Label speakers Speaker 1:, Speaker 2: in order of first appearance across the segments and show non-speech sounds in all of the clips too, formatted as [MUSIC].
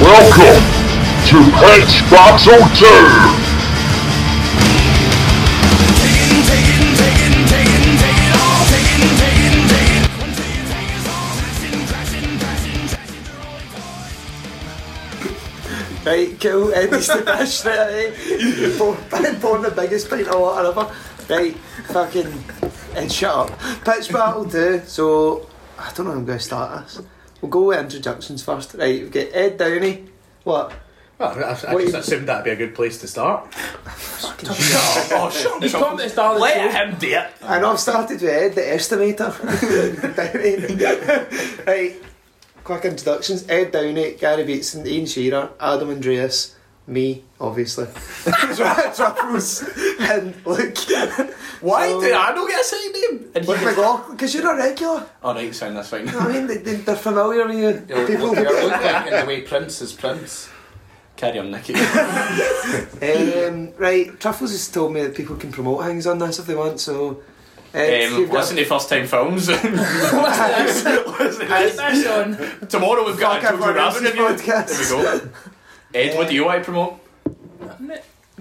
Speaker 1: Welcome to Matchbox 02!
Speaker 2: Right, cool. Eddie's [LAUGHS] the best. Right, eh? Born, born the biggest pint of water ever. Right, fucking. And shut up. Pitch battle two. So, I don't know how I'm going to start this. We'll go with introductions first. Right, we've got Ed Downey. What?
Speaker 3: Well, I, I
Speaker 2: What
Speaker 3: just
Speaker 2: you-
Speaker 3: assumed that'd be a good place to start.
Speaker 4: Oh, shut up. come to start Let him do [LAUGHS] it.
Speaker 2: And I've started with Ed the Estimator. [LAUGHS] Downey. right, quick introductions. Ed Downey, Gary Beatson, Ian Shearer, Adam Andreas, me, obviously. [LAUGHS] Truffles and [LAUGHS] Luke.
Speaker 4: Why
Speaker 2: So-
Speaker 4: did I not get a say name? And
Speaker 2: Luke McLaughlin, because you're a regular.
Speaker 4: Alright, sound that's
Speaker 3: [LAUGHS]
Speaker 4: fine.
Speaker 2: I mean, they, they, they're familiar with you.
Speaker 5: You're,
Speaker 2: People.
Speaker 5: you're looking in the way Prince is Prince.
Speaker 4: Carry on,
Speaker 3: [LAUGHS]
Speaker 4: Nicky.
Speaker 2: Um, right, Truffles has told me that people can promote things on this if they want, so. Uh,
Speaker 4: Um,
Speaker 2: you've got-
Speaker 4: listen to first time
Speaker 3: [LAUGHS]
Speaker 4: films. [LAUGHS] listen to this. Listen to
Speaker 6: [LAUGHS]
Speaker 4: this. Tomorrow we've got
Speaker 2: Fuck,
Speaker 4: a
Speaker 2: I've got
Speaker 4: Jojo
Speaker 2: Ramsey's
Speaker 4: Rabbit review.
Speaker 2: podcast.
Speaker 4: There we go. Ed, what do you want to promote?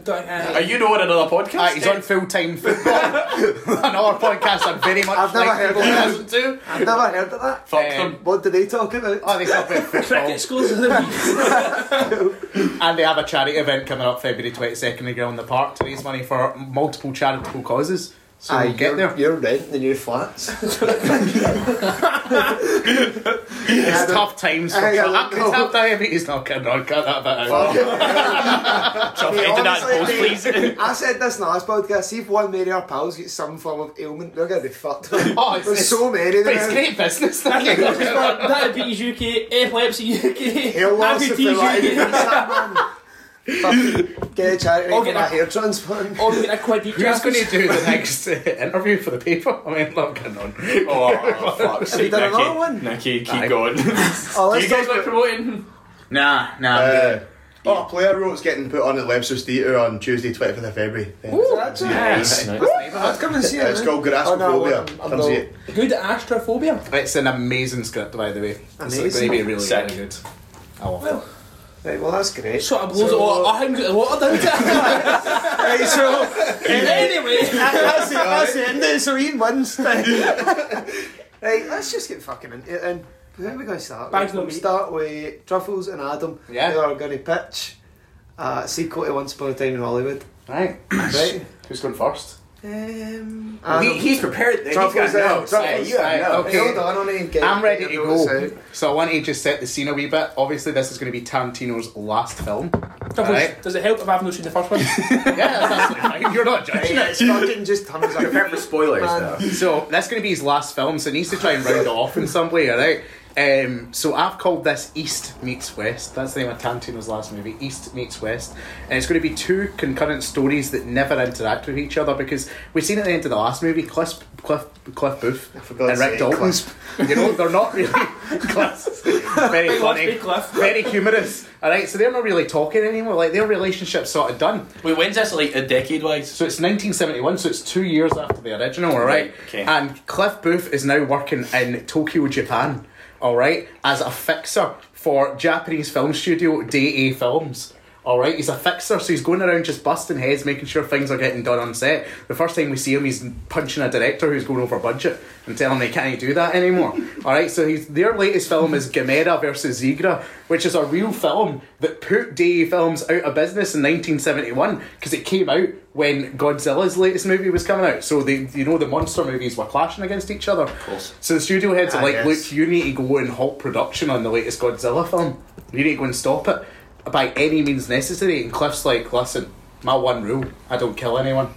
Speaker 4: Are you doing another podcast?
Speaker 3: Aye, Uh, Ah, he's on full time football. [LAUGHS] Another podcast I'd very much
Speaker 2: I've never
Speaker 3: like
Speaker 2: heard
Speaker 3: people
Speaker 2: of
Speaker 3: to
Speaker 2: that.
Speaker 3: listen to.
Speaker 2: [LAUGHS] I've never heard of that.
Speaker 4: Fuck
Speaker 3: Um,
Speaker 4: them.
Speaker 2: What do they talk about?
Speaker 3: Oh, they talk about football.
Speaker 6: schools of the week.
Speaker 3: and they have a charity event coming up February 22nd in Ground the Park to raise money for multiple charitable causes. So
Speaker 2: Aye,
Speaker 3: we'll get
Speaker 2: you're,
Speaker 3: there.
Speaker 2: You're renting the new flats.
Speaker 3: It's tough times.
Speaker 2: Hang on,
Speaker 3: I'm
Speaker 2: no.
Speaker 3: going to have diabetes. No, cut, no, cut that bit out.
Speaker 4: Chuff,
Speaker 2: Hey,
Speaker 4: edit that in post,
Speaker 2: honestly,
Speaker 4: please.
Speaker 2: [LAUGHS]
Speaker 4: It's
Speaker 2: I said this in the last podcast. See if one Mary or pals gets some form of ailment, they're gonna be fucked.
Speaker 4: [LAUGHS]
Speaker 3: Oh, it's,
Speaker 2: There's
Speaker 3: it's,
Speaker 2: so many. of
Speaker 3: but it's
Speaker 2: them. [LAUGHS]
Speaker 3: great business. Thank
Speaker 6: Diabetes UK, epilepsy UK,
Speaker 2: Hair loss if they
Speaker 6: amputees
Speaker 2: like.
Speaker 6: UK.
Speaker 4: [LAUGHS]
Speaker 2: Fucking Get a charity
Speaker 6: I'll
Speaker 2: for
Speaker 6: get
Speaker 2: a
Speaker 6: a-
Speaker 2: hair transplant.
Speaker 6: [LAUGHS] Or get a quid each.
Speaker 3: Who's going to do the next uh, interview for the paper? I mean, look, getting on.
Speaker 4: Oh, fuck's sake,
Speaker 2: done
Speaker 4: Nicky.
Speaker 2: another one?
Speaker 4: Nicky, keep
Speaker 3: Aye.
Speaker 4: going. do
Speaker 2: Oh, let's
Speaker 4: you guys
Speaker 2: talk
Speaker 4: like promoting?
Speaker 3: Nah, nah.
Speaker 7: Uh, Oh, player rote's getting put on at Webster's Theatre on Tuesday, 20th of February. Yeah.
Speaker 2: about that. I'd come and see it.
Speaker 7: It's called Grassophobia.
Speaker 2: Oh, no, I'm- I'm
Speaker 7: Come see
Speaker 2: not.
Speaker 7: it.
Speaker 6: Good astrophobia.
Speaker 3: Uh, It's an amazing script, by the way. It's
Speaker 2: Amazing.
Speaker 3: going to be really,
Speaker 4: Sick.
Speaker 3: really good. I love it.
Speaker 2: Right, well that's great.
Speaker 6: Sort of blows it all. I haven't got the water down to
Speaker 2: Right, so
Speaker 6: it. [LAUGHS] Anyway,
Speaker 2: [LAUGHS] that's it. That's the end. of it, So Ian wins. [LAUGHS] right, let's just get fucking into it. Then who are we going to start?
Speaker 6: Bags
Speaker 2: with?
Speaker 6: no
Speaker 2: We'll
Speaker 6: meat.
Speaker 2: start with Truffles and Adam.
Speaker 3: Yeah.
Speaker 2: who are going to pitch a sequel to Once Upon a Time in Hollywood.
Speaker 3: Right. [CLEARS THROAT]
Speaker 2: Right.
Speaker 3: Who's going first?
Speaker 2: Um,
Speaker 5: He,
Speaker 2: Adam.
Speaker 5: he's prepared. He's
Speaker 2: Truffles
Speaker 5: got
Speaker 2: in,
Speaker 5: notes. Yeah,
Speaker 2: truffles
Speaker 5: you have
Speaker 3: in.
Speaker 5: notes.
Speaker 2: Hey, hold on, I need to get-
Speaker 3: I'm ready
Speaker 2: get
Speaker 3: to
Speaker 2: your notes
Speaker 3: go.
Speaker 2: out.
Speaker 3: So I want to just set the scene a wee bit. Obviously, this is going to be Tarantino's last film. [LAUGHS] Alright.
Speaker 6: does it help if I've not seen the [LAUGHS] first one?
Speaker 3: Yeah, that's absolutely fine. You're not judging it.
Speaker 2: It's fucking just tons of
Speaker 5: Prepared for spoilers
Speaker 2: Man.
Speaker 5: though.
Speaker 3: So that's going to be his last film. So he needs to try and round it off in some way. All right. Um, so I've called this East meets West. That's the name of Tarantino's last movie, East meets West, and it's going to be two concurrent stories that never interact with each other because we've seen at the end of the last movie, Cliff Cliff Cliff Booth
Speaker 7: For
Speaker 3: and
Speaker 7: God's
Speaker 3: Rick
Speaker 7: sake,
Speaker 3: Dalton.
Speaker 7: Cliff.
Speaker 3: You know they're not really Cliff. very funny,
Speaker 6: big Cliff.
Speaker 3: very humorous. All right, so they're not really talking anymore. Like their relationship's sort of done.
Speaker 4: Wait, when's this, like, a decade wise?
Speaker 3: So it's 1971, so it's two years after the original, all right?
Speaker 4: Right, okay.
Speaker 3: And Cliff Booth is now working in Tokyo, Japan, all right, as a fixer for Japanese film studio Day Films. All right, he's a fixer, so he's going around just busting heads, making sure things are getting done on set. The first time we see him, he's punching a director who's going over budget and telling him they can't do that anymore. all right, so he's, their latest film is Gamera versus Zigra, which is a real film that put Day Films out of business in 1971 because it came out when Godzilla's latest movie was coming out. So they, you know, the monster movies were clashing against each other. Of
Speaker 4: course.
Speaker 3: So the studio heads are
Speaker 2: Ah,
Speaker 3: like,
Speaker 2: yes.
Speaker 3: look, you need to go and halt production on the latest Godzilla film. You need to go and stop it by any means necessary. And Cliff's like, listen, my one rule: I don't kill anyone.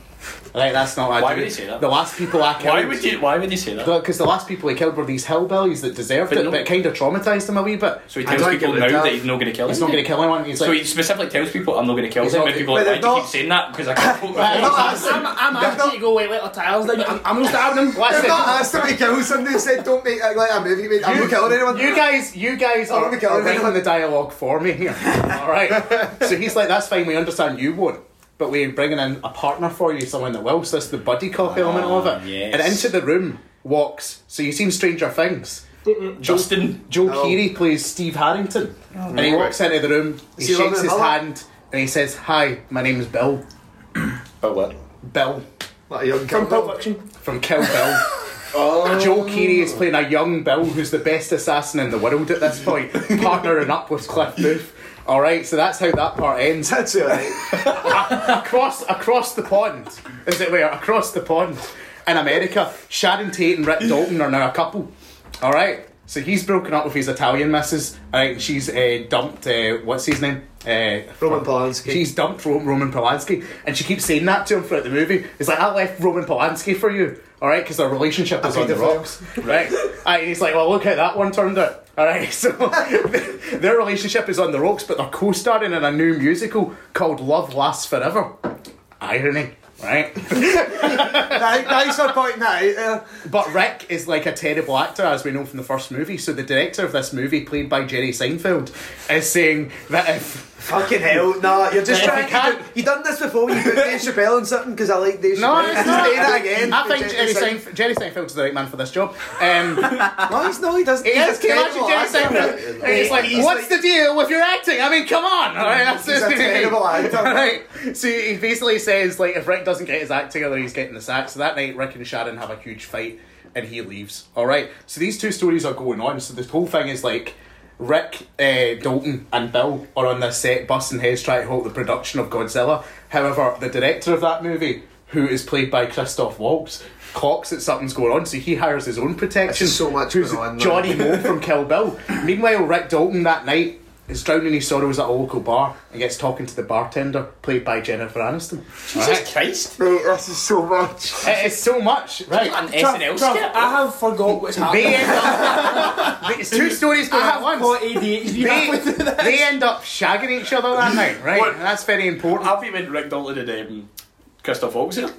Speaker 3: Like that's not what
Speaker 4: Why
Speaker 3: I do.
Speaker 4: would he say that?
Speaker 3: The last people I killed.
Speaker 4: Why would you? Why would you say that?
Speaker 3: Because the last people he killed were these hillbillies that deserved
Speaker 4: But
Speaker 3: it,
Speaker 4: no-
Speaker 3: but it kind of traumatized him a wee bit.
Speaker 4: So he
Speaker 2: I
Speaker 4: tells
Speaker 2: don't
Speaker 4: people
Speaker 2: give a
Speaker 4: now
Speaker 2: damn.
Speaker 4: that he's not going to kill.
Speaker 3: He's not going to kill anyone. He's like,
Speaker 4: So he specifically tells people, "I'm not going to kill
Speaker 3: He's
Speaker 4: them."
Speaker 3: not
Speaker 4: And
Speaker 3: gonna-
Speaker 4: people are
Speaker 2: But
Speaker 4: like,
Speaker 2: they're
Speaker 4: "Why do you
Speaker 2: not-
Speaker 4: keep saying that?" Because I
Speaker 3: [LAUGHS]
Speaker 4: can't. quote that."
Speaker 3: Well,
Speaker 6: I'm, I'm asking you to go away, let the tiles down. I'm, I'm going to start them.
Speaker 2: They've [LAUGHS]
Speaker 3: listen,
Speaker 2: not asked him to kill somebody who said don't make it like a movie made. I'm not killing anyone.
Speaker 3: You guys, you guys
Speaker 2: I'm
Speaker 3: are,
Speaker 2: gonna kill
Speaker 3: are
Speaker 2: everyone.
Speaker 3: writing the dialogue for me [LAUGHS] here. All right. so he's like, "That's fine. We understand you won't, but we're bringing in a partner for you, someone that will." So that's the buddy cop element of it.
Speaker 4: Ah, yes.
Speaker 3: And into the room walks. So you've seen Stranger Things.
Speaker 4: Justin.
Speaker 3: Joe
Speaker 2: Oh.
Speaker 3: Keery plays Steve Harrington, and he walks into the room. He
Speaker 2: Is he
Speaker 3: shakes his
Speaker 2: Robin Hood?
Speaker 3: hand and he says, "Hi, my name is Bill.
Speaker 5: But what?
Speaker 3: Bill
Speaker 2: Like a young
Speaker 6: From
Speaker 2: girl.
Speaker 6: Pulp Fiction.
Speaker 3: from
Speaker 2: [LAUGHS]
Speaker 3: Kill Bill."
Speaker 2: Oh.
Speaker 3: Joe Keery is playing a young Bill who's the best assassin in the world at this
Speaker 2: [LAUGHS]
Speaker 3: point, partnering up with Cliff Booth. All right, so that's how that part ends.
Speaker 2: That's it, right?
Speaker 3: across across the pond. Is it where across the pond in America? Sharon Tate and Rick Dalton are now a couple. All right. So he's broken up with his Italian missus. All right, she's uh, dumped. Uh, what's his name? Uh,
Speaker 2: Roman Polanski.
Speaker 3: She's dumped Ro- Roman Polanski, and she keeps saying that to him throughout the movie. It's like I left Roman Polanski for you. All right, because their relationship is on the
Speaker 2: pedophile.
Speaker 3: rocks. [LAUGHS] Right. and he's like, well, look how that one turned out. All right, [LAUGHS] so their relationship is on the rocks, but they're co-starring in a new musical called Love Lasts Forever. Irony, right? [LAUGHS]
Speaker 2: Ni- nicer point now. Uh,
Speaker 3: but Rick is like a terrible actor, as we know from the first movie. So the director of this movie, played by Jerry Seinfeld, is saying that if
Speaker 2: fucking hell, nah, you're just
Speaker 3: If
Speaker 2: trying to.
Speaker 3: you can't-
Speaker 2: Do, you done this before when you put Dave Chappelle on something because I like Dave
Speaker 3: no,
Speaker 2: Chappelle.
Speaker 3: it's
Speaker 2: Just
Speaker 3: not.
Speaker 2: Say that again.
Speaker 3: I think
Speaker 2: Just
Speaker 3: Jerry,
Speaker 2: say-
Speaker 3: Seinf- Jerry Seinfeld's the right man for this job.
Speaker 2: [LAUGHS]
Speaker 3: Um,
Speaker 2: No, he's not. He doesn't.
Speaker 3: He
Speaker 2: he's
Speaker 3: is.
Speaker 2: a
Speaker 3: Can you imagine
Speaker 2: terrible
Speaker 3: Jerry
Speaker 2: actor.
Speaker 3: Seinfeld? And It's like,
Speaker 2: He's
Speaker 3: what's the deal with your acting? I mean, come on. [LAUGHS] All right, that's
Speaker 2: He's a terrible actor.
Speaker 3: [LAUGHS] Right. So he basically says, like, if Rick doesn't get his act together, he's getting the sack. So that night, Rick and Sharon have a huge fight, and he leaves. All right. So these two stories are going on. So this whole thing is like. Rick, uh, Dalton, and Bill are on this set busting heads trying to halt the production of Godzilla. However, the director of that movie, who is played by Christoph Waltz, clocks that something's going on, so he hires his own protection.
Speaker 2: so much
Speaker 3: who's
Speaker 2: going on, though.
Speaker 3: Johnny Moe from
Speaker 2: [LAUGHS]
Speaker 3: Kill Bill. Meanwhile, Rick Dalton that night is drowning his sorrows at a local bar and gets talking to the bartender, played by Jennifer Aniston.
Speaker 4: Jesus Christ.
Speaker 2: Mate, this is so much.
Speaker 3: It is so much, right?
Speaker 4: An SNL
Speaker 6: Bruv,
Speaker 4: skit.
Speaker 3: Uh-huh.
Speaker 6: I have forgot what's
Speaker 3: They
Speaker 6: happening.
Speaker 3: end up. it's two stories
Speaker 6: I
Speaker 3: going
Speaker 6: have
Speaker 3: at
Speaker 6: got
Speaker 3: once.
Speaker 6: ADHD.
Speaker 3: They,
Speaker 6: halfway through this.
Speaker 3: they end up shagging each other
Speaker 4: [LAUGHS]
Speaker 3: that night, right?
Speaker 4: What?
Speaker 3: And that's very important.
Speaker 4: Have you been Rick Dalton and um, Christoph Waltz here?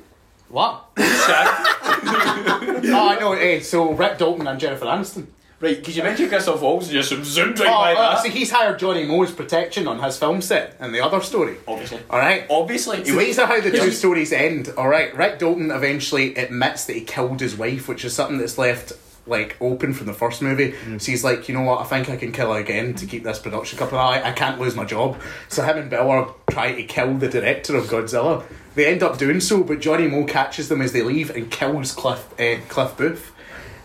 Speaker 3: What?
Speaker 4: Shag.
Speaker 3: Oh, I know. eh, so Rick Dalton and Jennifer Aniston.
Speaker 4: [LAUGHS] right, because you mentioned Christoph Waltz and just zoomed right
Speaker 3: Oh,
Speaker 4: by
Speaker 3: uh,
Speaker 4: that.
Speaker 3: see, he's hired Johnny Moore's protection on his film set and the other story.
Speaker 4: Obviously.
Speaker 3: All right.
Speaker 4: Obviously.
Speaker 3: So these are how the two stories end. All right, Rick Dalton eventually admits that he killed his wife, which is something that's left like open from the first movie. So he's like, you know what? I think I can kill her again to keep this production company. I, I can't lose my job. So him and Bill are trying to kill the director of Godzilla. They end up doing so, but Johnny Moe catches them as they leave and kills Cliff uh, Cliff Booth.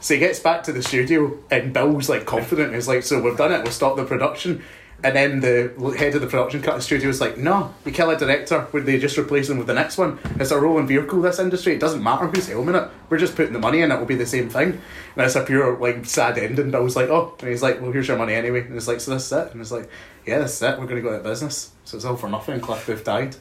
Speaker 3: So he gets back to the studio and Bill's like confident. He's like, "So we've done it. We'll stop the production." And then the head of the production cut the studio was like, "No, you kill a director. Would they just replace them with the next one? It's a rolling vehicle. This industry. It doesn't matter who's helming it. We're just putting the money in. It will be the same thing." And it's a pure like sad ending. Bill's like, "Oh," and he's like, "Well, here's your money anyway." And it's like, "So that's it." And it's like, "Yeah, that's it. We're gonna go out of business." So it's all for nothing. Cliff Booth died.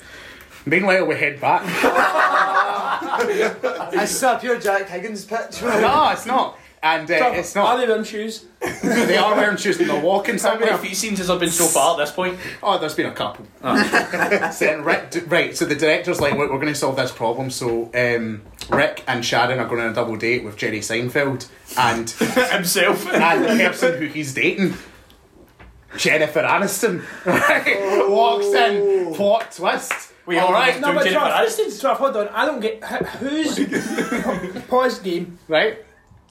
Speaker 3: Meanwhile, we head back. [LAUGHS]
Speaker 2: It's a pure Jack Higgins pitch. man.
Speaker 3: no, it's not. And uh,
Speaker 6: Bruv,
Speaker 3: it's
Speaker 6: Are
Speaker 3: not.
Speaker 6: they wearing shoes?
Speaker 3: They are wearing shoes. and They're walking
Speaker 4: How many
Speaker 3: somewhere.
Speaker 4: feet scenes has there been so far at this point?
Speaker 3: Oh, there's been a couple. so then Rick, d- right, so the director's like, "Look, we're going to solve this problem. So um, Rick and Sharon are going on a double date with Jerry Seinfeld and,
Speaker 4: [LAUGHS] Himself.
Speaker 3: and the person who he's dating. Jennifer Aniston right? walks in, plot twist.
Speaker 4: We
Speaker 3: all
Speaker 4: all
Speaker 3: right,
Speaker 4: know
Speaker 6: No, but
Speaker 4: Jennifer
Speaker 6: Trav,
Speaker 4: Aniston's-
Speaker 6: Trav, hold on. I don't get wh- who's pause game.
Speaker 3: right?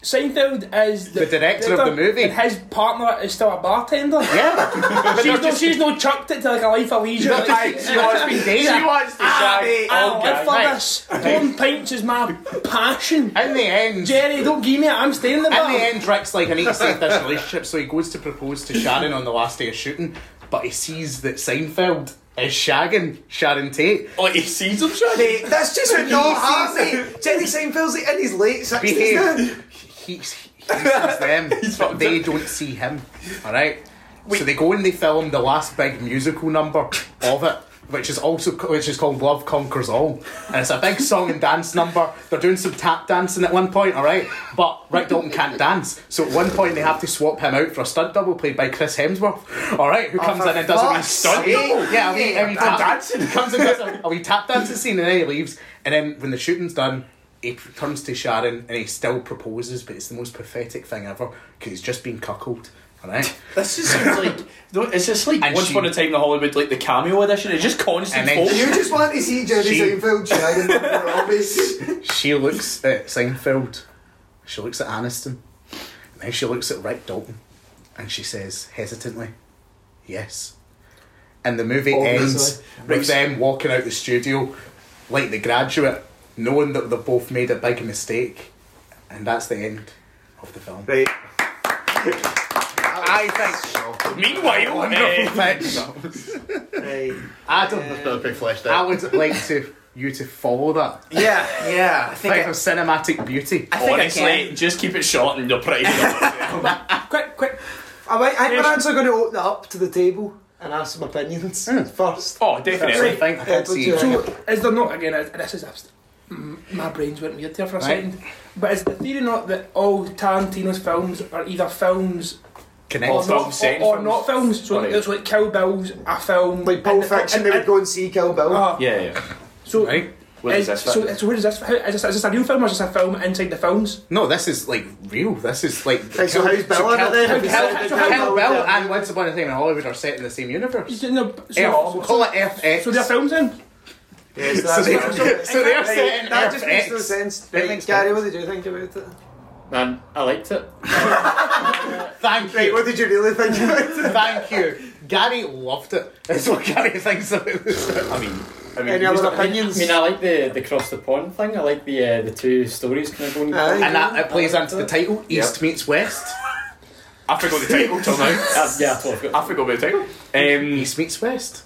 Speaker 6: Seinfeld is the,
Speaker 3: The director of the movie.
Speaker 6: and his partner is still a bartender.
Speaker 3: Yeah,
Speaker 6: she's no, she's no chucked it to like a life of leisure. like, [LAUGHS]
Speaker 3: she wants to be
Speaker 4: She
Speaker 3: dating.
Speaker 4: wants to shag.
Speaker 6: I
Speaker 4: all
Speaker 6: live
Speaker 4: guys.
Speaker 6: for
Speaker 3: right.
Speaker 6: this. Pouring pints is my passion.
Speaker 3: In the end,
Speaker 6: Jerry, don't give me it. I'm staying in the
Speaker 3: In
Speaker 6: bar.
Speaker 3: the end, Rick's like, I need to save this relationship, so he goes to propose to Sharon on the last day of shooting, but he sees that Seinfeld is shagging Sharon Tate.
Speaker 4: Like he sees him shag.
Speaker 2: Mate, [LAUGHS] that's just what not happening. Jenny Seinfeld's like in his late 60s now.
Speaker 3: Behave. He, he, he sees
Speaker 2: [LAUGHS]
Speaker 3: them, but they don't see him. Alright? So they go and they film the last big musical number of it. Which is also which is called Love Conquers All, and it's a big song and dance number. They're doing some tap dancing at one point, all right. But Rick Dalton can't dance, so at one point they have to swap him out for a stunt double played by Chris Hemsworth, all right, who comes in and does a wee
Speaker 2: Oh, fuck's
Speaker 3: stunt
Speaker 2: sake.
Speaker 3: double. Yeah, a wee, a wee
Speaker 2: Yeah,
Speaker 3: tap dancing. Comes and does a, a wee tap dancing scene, and then he leaves. And then when the shooting's done, he p- turns to Sharon and he still proposes, but it's the most pathetic thing ever because he's just been cuckolded. All right,
Speaker 4: This just seems like no, it's just like
Speaker 3: And
Speaker 4: once
Speaker 3: she-
Speaker 4: upon a time in Hollywood, like the cameo edition. It's just
Speaker 3: And
Speaker 4: constant
Speaker 3: then
Speaker 4: bullshit.
Speaker 2: You just want to see Jenny
Speaker 3: She-
Speaker 2: Seinfeld shagging
Speaker 3: [LAUGHS]
Speaker 2: the obvious.
Speaker 3: she looks at Seinfeld. She looks at Aniston. Then she looks at Rick Dalton and she says hesitantly, Yes. And the movie ends
Speaker 4: Obviously.
Speaker 3: with them walking out the studio like the graduate, knowing that they've both made a big mistake. And that's the end of the film.
Speaker 2: Right.
Speaker 3: I think.
Speaker 4: Meanwhile, uh,
Speaker 3: Wonderful pitch.
Speaker 2: Right.
Speaker 3: Adam,
Speaker 7: That was pretty fleshed
Speaker 3: I
Speaker 7: out.
Speaker 3: would like to you to follow that.
Speaker 5: Yeah, yeah. I think
Speaker 3: Think of cinematic beauty.
Speaker 4: honestly, just keep it short and you're pretty [LAUGHS] good.
Speaker 6: Quick, quick.
Speaker 2: I might, I'm actually going to open it up to the table and ask some opinions
Speaker 3: Hmm.
Speaker 2: first.
Speaker 4: Oh,
Speaker 3: I
Speaker 4: definitely.
Speaker 3: think I
Speaker 2: Yeah,
Speaker 3: can't
Speaker 2: but
Speaker 3: see
Speaker 2: you-
Speaker 3: it.
Speaker 6: So, is there not again? uh, This is abs- m- my brains went weird there for a
Speaker 3: Right.
Speaker 6: second. But is the theory not that all Tarantino's films are either films or
Speaker 3: Connected.
Speaker 4: Well,
Speaker 6: not,
Speaker 4: films, same
Speaker 6: or, or
Speaker 4: films.
Speaker 6: not films? So
Speaker 4: Right.
Speaker 6: it's like Kill Bill's a film.
Speaker 2: Like Pulp
Speaker 6: and-
Speaker 2: Fiction,
Speaker 6: and-
Speaker 2: they would
Speaker 6: and-
Speaker 2: go and see Kill Bill.
Speaker 3: Oh,
Speaker 6: ah,
Speaker 4: Yeah, yeah.
Speaker 6: so
Speaker 3: Right?
Speaker 4: What is
Speaker 6: is-
Speaker 4: this?
Speaker 6: so, so where is this? How, is, this, is this a real film or is this a film inside the films?
Speaker 3: No, this is like real. This is like.
Speaker 2: Right, so how's Bill on it then?
Speaker 3: Hell,
Speaker 2: Have you said
Speaker 3: Hell-
Speaker 2: that
Speaker 3: Hell- Hell
Speaker 2: Bill-
Speaker 3: Bill and Once Upon a Time in Hollywood are set in the same universe.
Speaker 6: No,
Speaker 3: F,
Speaker 6: so,
Speaker 3: call it FX.
Speaker 6: so they're films then?
Speaker 2: Yeah, so
Speaker 3: So
Speaker 2: that's what I'm
Speaker 3: they're,
Speaker 2: saying.
Speaker 3: so they're
Speaker 2: Right,
Speaker 3: set in
Speaker 2: that just
Speaker 3: FX.
Speaker 2: makes no sense.
Speaker 3: It
Speaker 2: Right,
Speaker 3: makes
Speaker 2: Gary,
Speaker 3: sense.
Speaker 2: what did you think about it?
Speaker 4: Man, I liked it.
Speaker 3: Thank you.
Speaker 2: What did you really think about it?
Speaker 3: [LAUGHS] Thank you. Gary loved it. That's what Gary thinks about it.
Speaker 4: I mean, I mean,
Speaker 2: Any
Speaker 4: who's
Speaker 2: other
Speaker 4: not-
Speaker 2: opinions?
Speaker 8: I mean, I like the, the cross the pond thing. I like the uh, the two stories kind of going.
Speaker 2: Aye.
Speaker 3: And that it plays into the title East meets West.
Speaker 4: I forgot the title till
Speaker 8: [LAUGHS]
Speaker 4: now.
Speaker 8: Uh, yeah, I totally forgot.
Speaker 4: I forgot the
Speaker 8: [LAUGHS]
Speaker 4: title. Um,
Speaker 3: East meets West.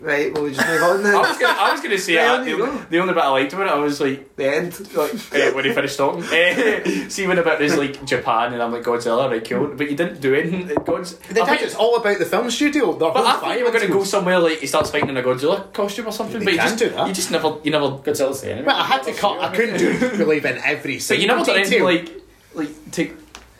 Speaker 2: right, well, we just move on then.
Speaker 4: I was gonna, I was gonna say
Speaker 2: Yeah,
Speaker 4: uh,
Speaker 2: there
Speaker 4: the,
Speaker 2: you go.
Speaker 4: only- the only bit I liked about it, I was like,
Speaker 2: the end.
Speaker 4: like [LAUGHS] eh, when he finished talking, eh, [LAUGHS] see when about this like Japan, and I'm like Godzilla, right, cool, but you didn't do anything. It- God's,
Speaker 3: The
Speaker 4: I
Speaker 3: fact
Speaker 4: think,
Speaker 3: it's all about the film studio. Their
Speaker 4: but
Speaker 3: whole
Speaker 4: I thought you were gonna go
Speaker 3: environment.
Speaker 4: somewhere like he starts fighting in a Godzilla costume or something. but you
Speaker 3: can't
Speaker 4: just,
Speaker 3: do that.
Speaker 4: You just never, you never,
Speaker 8: Godzilla's the enemy.
Speaker 3: But I had to cut. I
Speaker 2: [LAUGHS]
Speaker 3: couldn't do believe in every
Speaker 4: but you never
Speaker 3: single
Speaker 4: done anything
Speaker 3: detail.
Speaker 4: like, like take,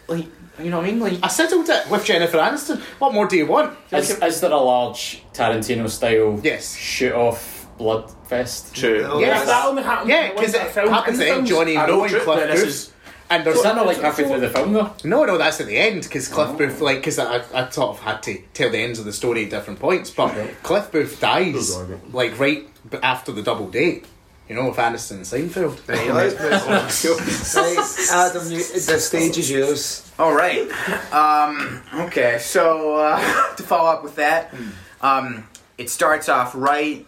Speaker 4: like you know what I mean, like.
Speaker 3: I settled it with Jennifer Aniston. What more do you want?
Speaker 8: Is, is there a large Tarantino style
Speaker 3: Yes.
Speaker 8: shoot off blood fest?
Speaker 2: Oh,
Speaker 4: True.
Speaker 3: Yes.
Speaker 6: If that only happened.
Speaker 3: Yeah,
Speaker 6: once
Speaker 3: because
Speaker 6: a
Speaker 3: it
Speaker 6: film
Speaker 3: happens
Speaker 6: in
Speaker 3: to end
Speaker 6: films.
Speaker 3: Johnny
Speaker 4: I
Speaker 3: Rowe
Speaker 4: know,
Speaker 3: and
Speaker 4: true,
Speaker 3: Cliff
Speaker 4: but this
Speaker 3: Booth.
Speaker 4: is-
Speaker 3: and
Speaker 8: Is
Speaker 3: there's
Speaker 8: that not like halfway through the film though?
Speaker 3: no, no, that's at the end because Cliff Booth, like, because I, I sort of had to tell the ends of the story at different points, but Cliff Booth dies like right b- after the double date. You know, with Aniston and Seinfeld. [LAUGHS]
Speaker 2: Right, let's move on. [LAUGHS] Right, Adam, you, the stage is yours.
Speaker 5: All right. Um, okay, so uh, [LAUGHS] to follow up with that, um, it starts off right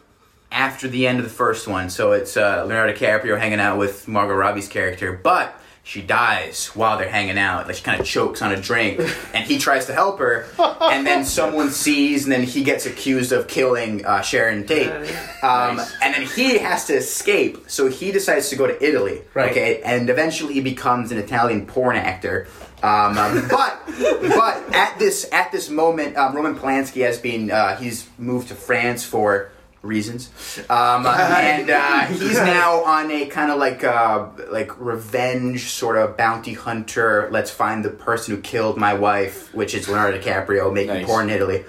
Speaker 5: after the end of the first one. So it's uh, Leonardo DiCaprio hanging out with Margot Robbie's character, but she dies while they're hanging out. Like she kind of chokes on a drink, and he tries to help her, and then someone sees, and then he gets accused of killing uh, Sharon Tate. Um, And then he has to escape, so he decides to go to Italy.
Speaker 3: Right.
Speaker 5: Okay, and eventually he becomes an Italian porn actor. Um, um, but but at this at this moment, um, Roman Polanski has been uh, he's moved to France for reasons, um, and uh, he's now on a kind of like uh, like revenge sort of bounty hunter. Let's find the person who killed my wife, which is Leonardo DiCaprio, making
Speaker 4: Nice.
Speaker 5: porn in Italy.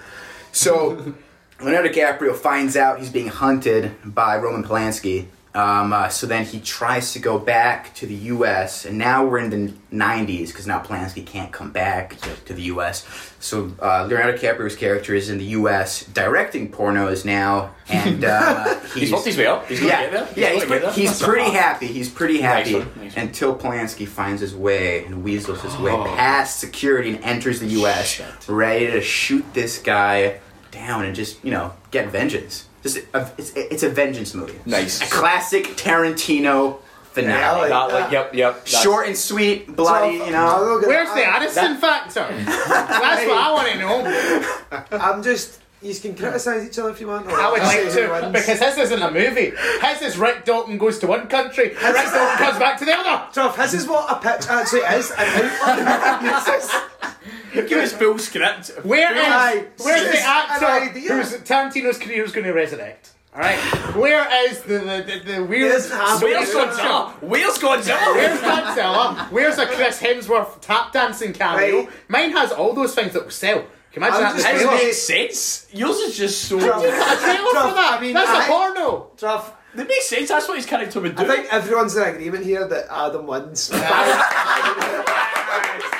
Speaker 5: So Leonardo DiCaprio finds out he's being hunted by Roman Polanski. Um, uh, so then he tries to go back to the U.S. and now we're in the '90s because now Polanski can't come back to the U.S. So uh, Leonardo DiCaprio's character is in the U.S. directing pornos now, and uh,
Speaker 4: He's worked his way up. He's gonna
Speaker 5: yeah,
Speaker 4: get there.
Speaker 5: yeah, he's,
Speaker 4: gonna get
Speaker 5: pre-
Speaker 4: there.
Speaker 5: he's pretty happy. He's pretty happy
Speaker 4: Nice one, Oh. nice one.
Speaker 5: until Polanski finds his way and weasels his way past security and enters the U.S. ready to shoot this guy down and just you know get vengeance. Just a, it's, it's a vengeance movie.
Speaker 4: Nice.
Speaker 5: a classic Tarantino
Speaker 2: Yeah, I
Speaker 5: finale.
Speaker 2: like
Speaker 4: That, like, yep, yep. that's-
Speaker 5: Short and sweet, bloody.
Speaker 2: So,
Speaker 5: you
Speaker 2: I'm
Speaker 5: know.
Speaker 2: not gonna-
Speaker 3: Where's the
Speaker 2: I-
Speaker 3: Aniston factor? That's what I want to know.
Speaker 2: I'm just. You can criticise each other if you want. Or
Speaker 3: I would like
Speaker 2: say who
Speaker 3: to
Speaker 2: wins.
Speaker 3: because his isn't a movie. His is Rick Dalton goes to one country, Rick Dalton comes back to the other.
Speaker 2: Truff, this is what a pitch actually is. An [LAUGHS] outline.
Speaker 4: [LAUGHS] Give us full script.
Speaker 3: Where is
Speaker 2: Aye.
Speaker 3: where's
Speaker 2: It's
Speaker 3: the
Speaker 2: an
Speaker 3: actor
Speaker 2: idea.
Speaker 3: whose Tarantino's career is going to resurrect? All right, where is the the, the, the weird?
Speaker 2: Yes, I'm-
Speaker 4: Where's
Speaker 3: Where's
Speaker 4: Godzilla? Where's Godzilla?
Speaker 3: Where's Godzilla? Where's a Chris Hemsworth tap dancing cameo?
Speaker 2: Right.
Speaker 3: Mine has all those things that will sell. Can you imagine
Speaker 2: I'm
Speaker 3: that?
Speaker 2: just-
Speaker 3: in the
Speaker 4: His
Speaker 3: trailer?
Speaker 4: makes sense. Yours is just so.
Speaker 3: A
Speaker 2: Truff, [LAUGHS]
Speaker 3: trailer for
Speaker 2: Truff,
Speaker 3: that.
Speaker 2: I mean,
Speaker 3: That's
Speaker 2: I-
Speaker 3: a porno.
Speaker 2: Truff,
Speaker 4: It makes sense. That's what his character would do.
Speaker 2: I think everyone's in agreement here that Adam wins.
Speaker 3: You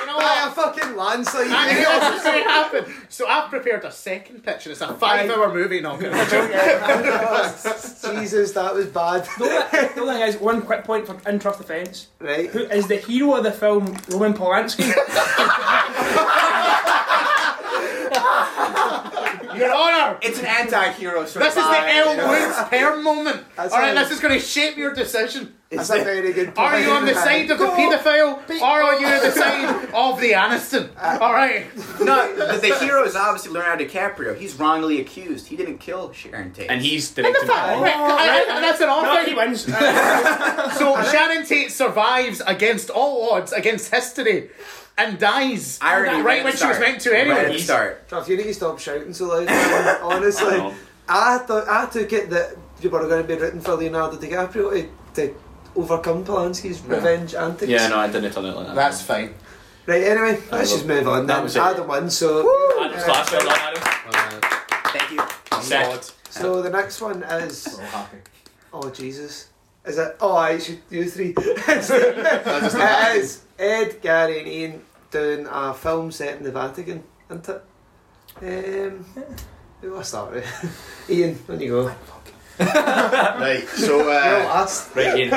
Speaker 3: know
Speaker 2: By a fucking
Speaker 3: [LAUGHS] I knew
Speaker 2: landslide.
Speaker 3: this was going to happen. So I've prepared a second pitch, and it's a five-hour movie. No, I'm kidding.
Speaker 2: Jesus, that was bad.
Speaker 6: The only, the only thing is, one quick point for interest offence.
Speaker 3: [LAUGHS]
Speaker 2: Right.
Speaker 6: Who is the hero of the film Roman Polanski?
Speaker 3: Your Honour,
Speaker 5: It's an anti-hero sort
Speaker 3: this is
Speaker 5: of
Speaker 3: the
Speaker 5: vibe, you
Speaker 3: L.
Speaker 5: know?
Speaker 3: Woods Hearn moment. All
Speaker 2: That's
Speaker 3: right,
Speaker 2: how-
Speaker 3: this is going to shape your decision.
Speaker 2: That's a very good point.
Speaker 3: Are you on the side of the paedophile, or are you on the side of the Aniston? All right.
Speaker 5: No, the, [LAUGHS] the hero is obviously Leonardo DiCaprio. He's wrongly accused. He didn't kill Sharon Tate.
Speaker 4: And he's
Speaker 3: And the
Speaker 4: directing
Speaker 3: fact,
Speaker 4: all.
Speaker 3: right,
Speaker 6: Oh,
Speaker 3: I- I- and that's an
Speaker 6: no,
Speaker 3: offer.
Speaker 6: he wins.
Speaker 3: So Sharon Tate survives against all odds, against history, and dies.
Speaker 5: Irony
Speaker 3: right,
Speaker 5: at
Speaker 3: when
Speaker 5: the
Speaker 3: she was
Speaker 5: start.
Speaker 3: meant to
Speaker 5: Right at
Speaker 3: anyway.
Speaker 5: the start.
Speaker 2: Duff, you need to stop shouting so loud. man.
Speaker 4: [LAUGHS]
Speaker 2: Honestly,
Speaker 4: know.
Speaker 2: I thought I took it that you were going to be written for Leonardo DiCaprio to, to overcome Polanski's revenge antics.
Speaker 4: Yeah, no, I didn't turn it like that.
Speaker 3: That's fine.
Speaker 2: Right. Anyway, let's just move on.
Speaker 4: That
Speaker 2: Then.
Speaker 4: was it.
Speaker 2: Adam won. So,
Speaker 4: Adam's last well done, Adam.
Speaker 5: Thank you.
Speaker 4: Set.
Speaker 2: so the next one is. Oh Jesus. Is it? Oh, I should you three. [LAUGHS] it is Ed, Gary, and Ian doing a film set in the Vatican, isn't it? Um, who will I start with? [LAUGHS] Ian, on you go. You're
Speaker 7: Right, so uh,
Speaker 2: last.
Speaker 4: Right, Ian.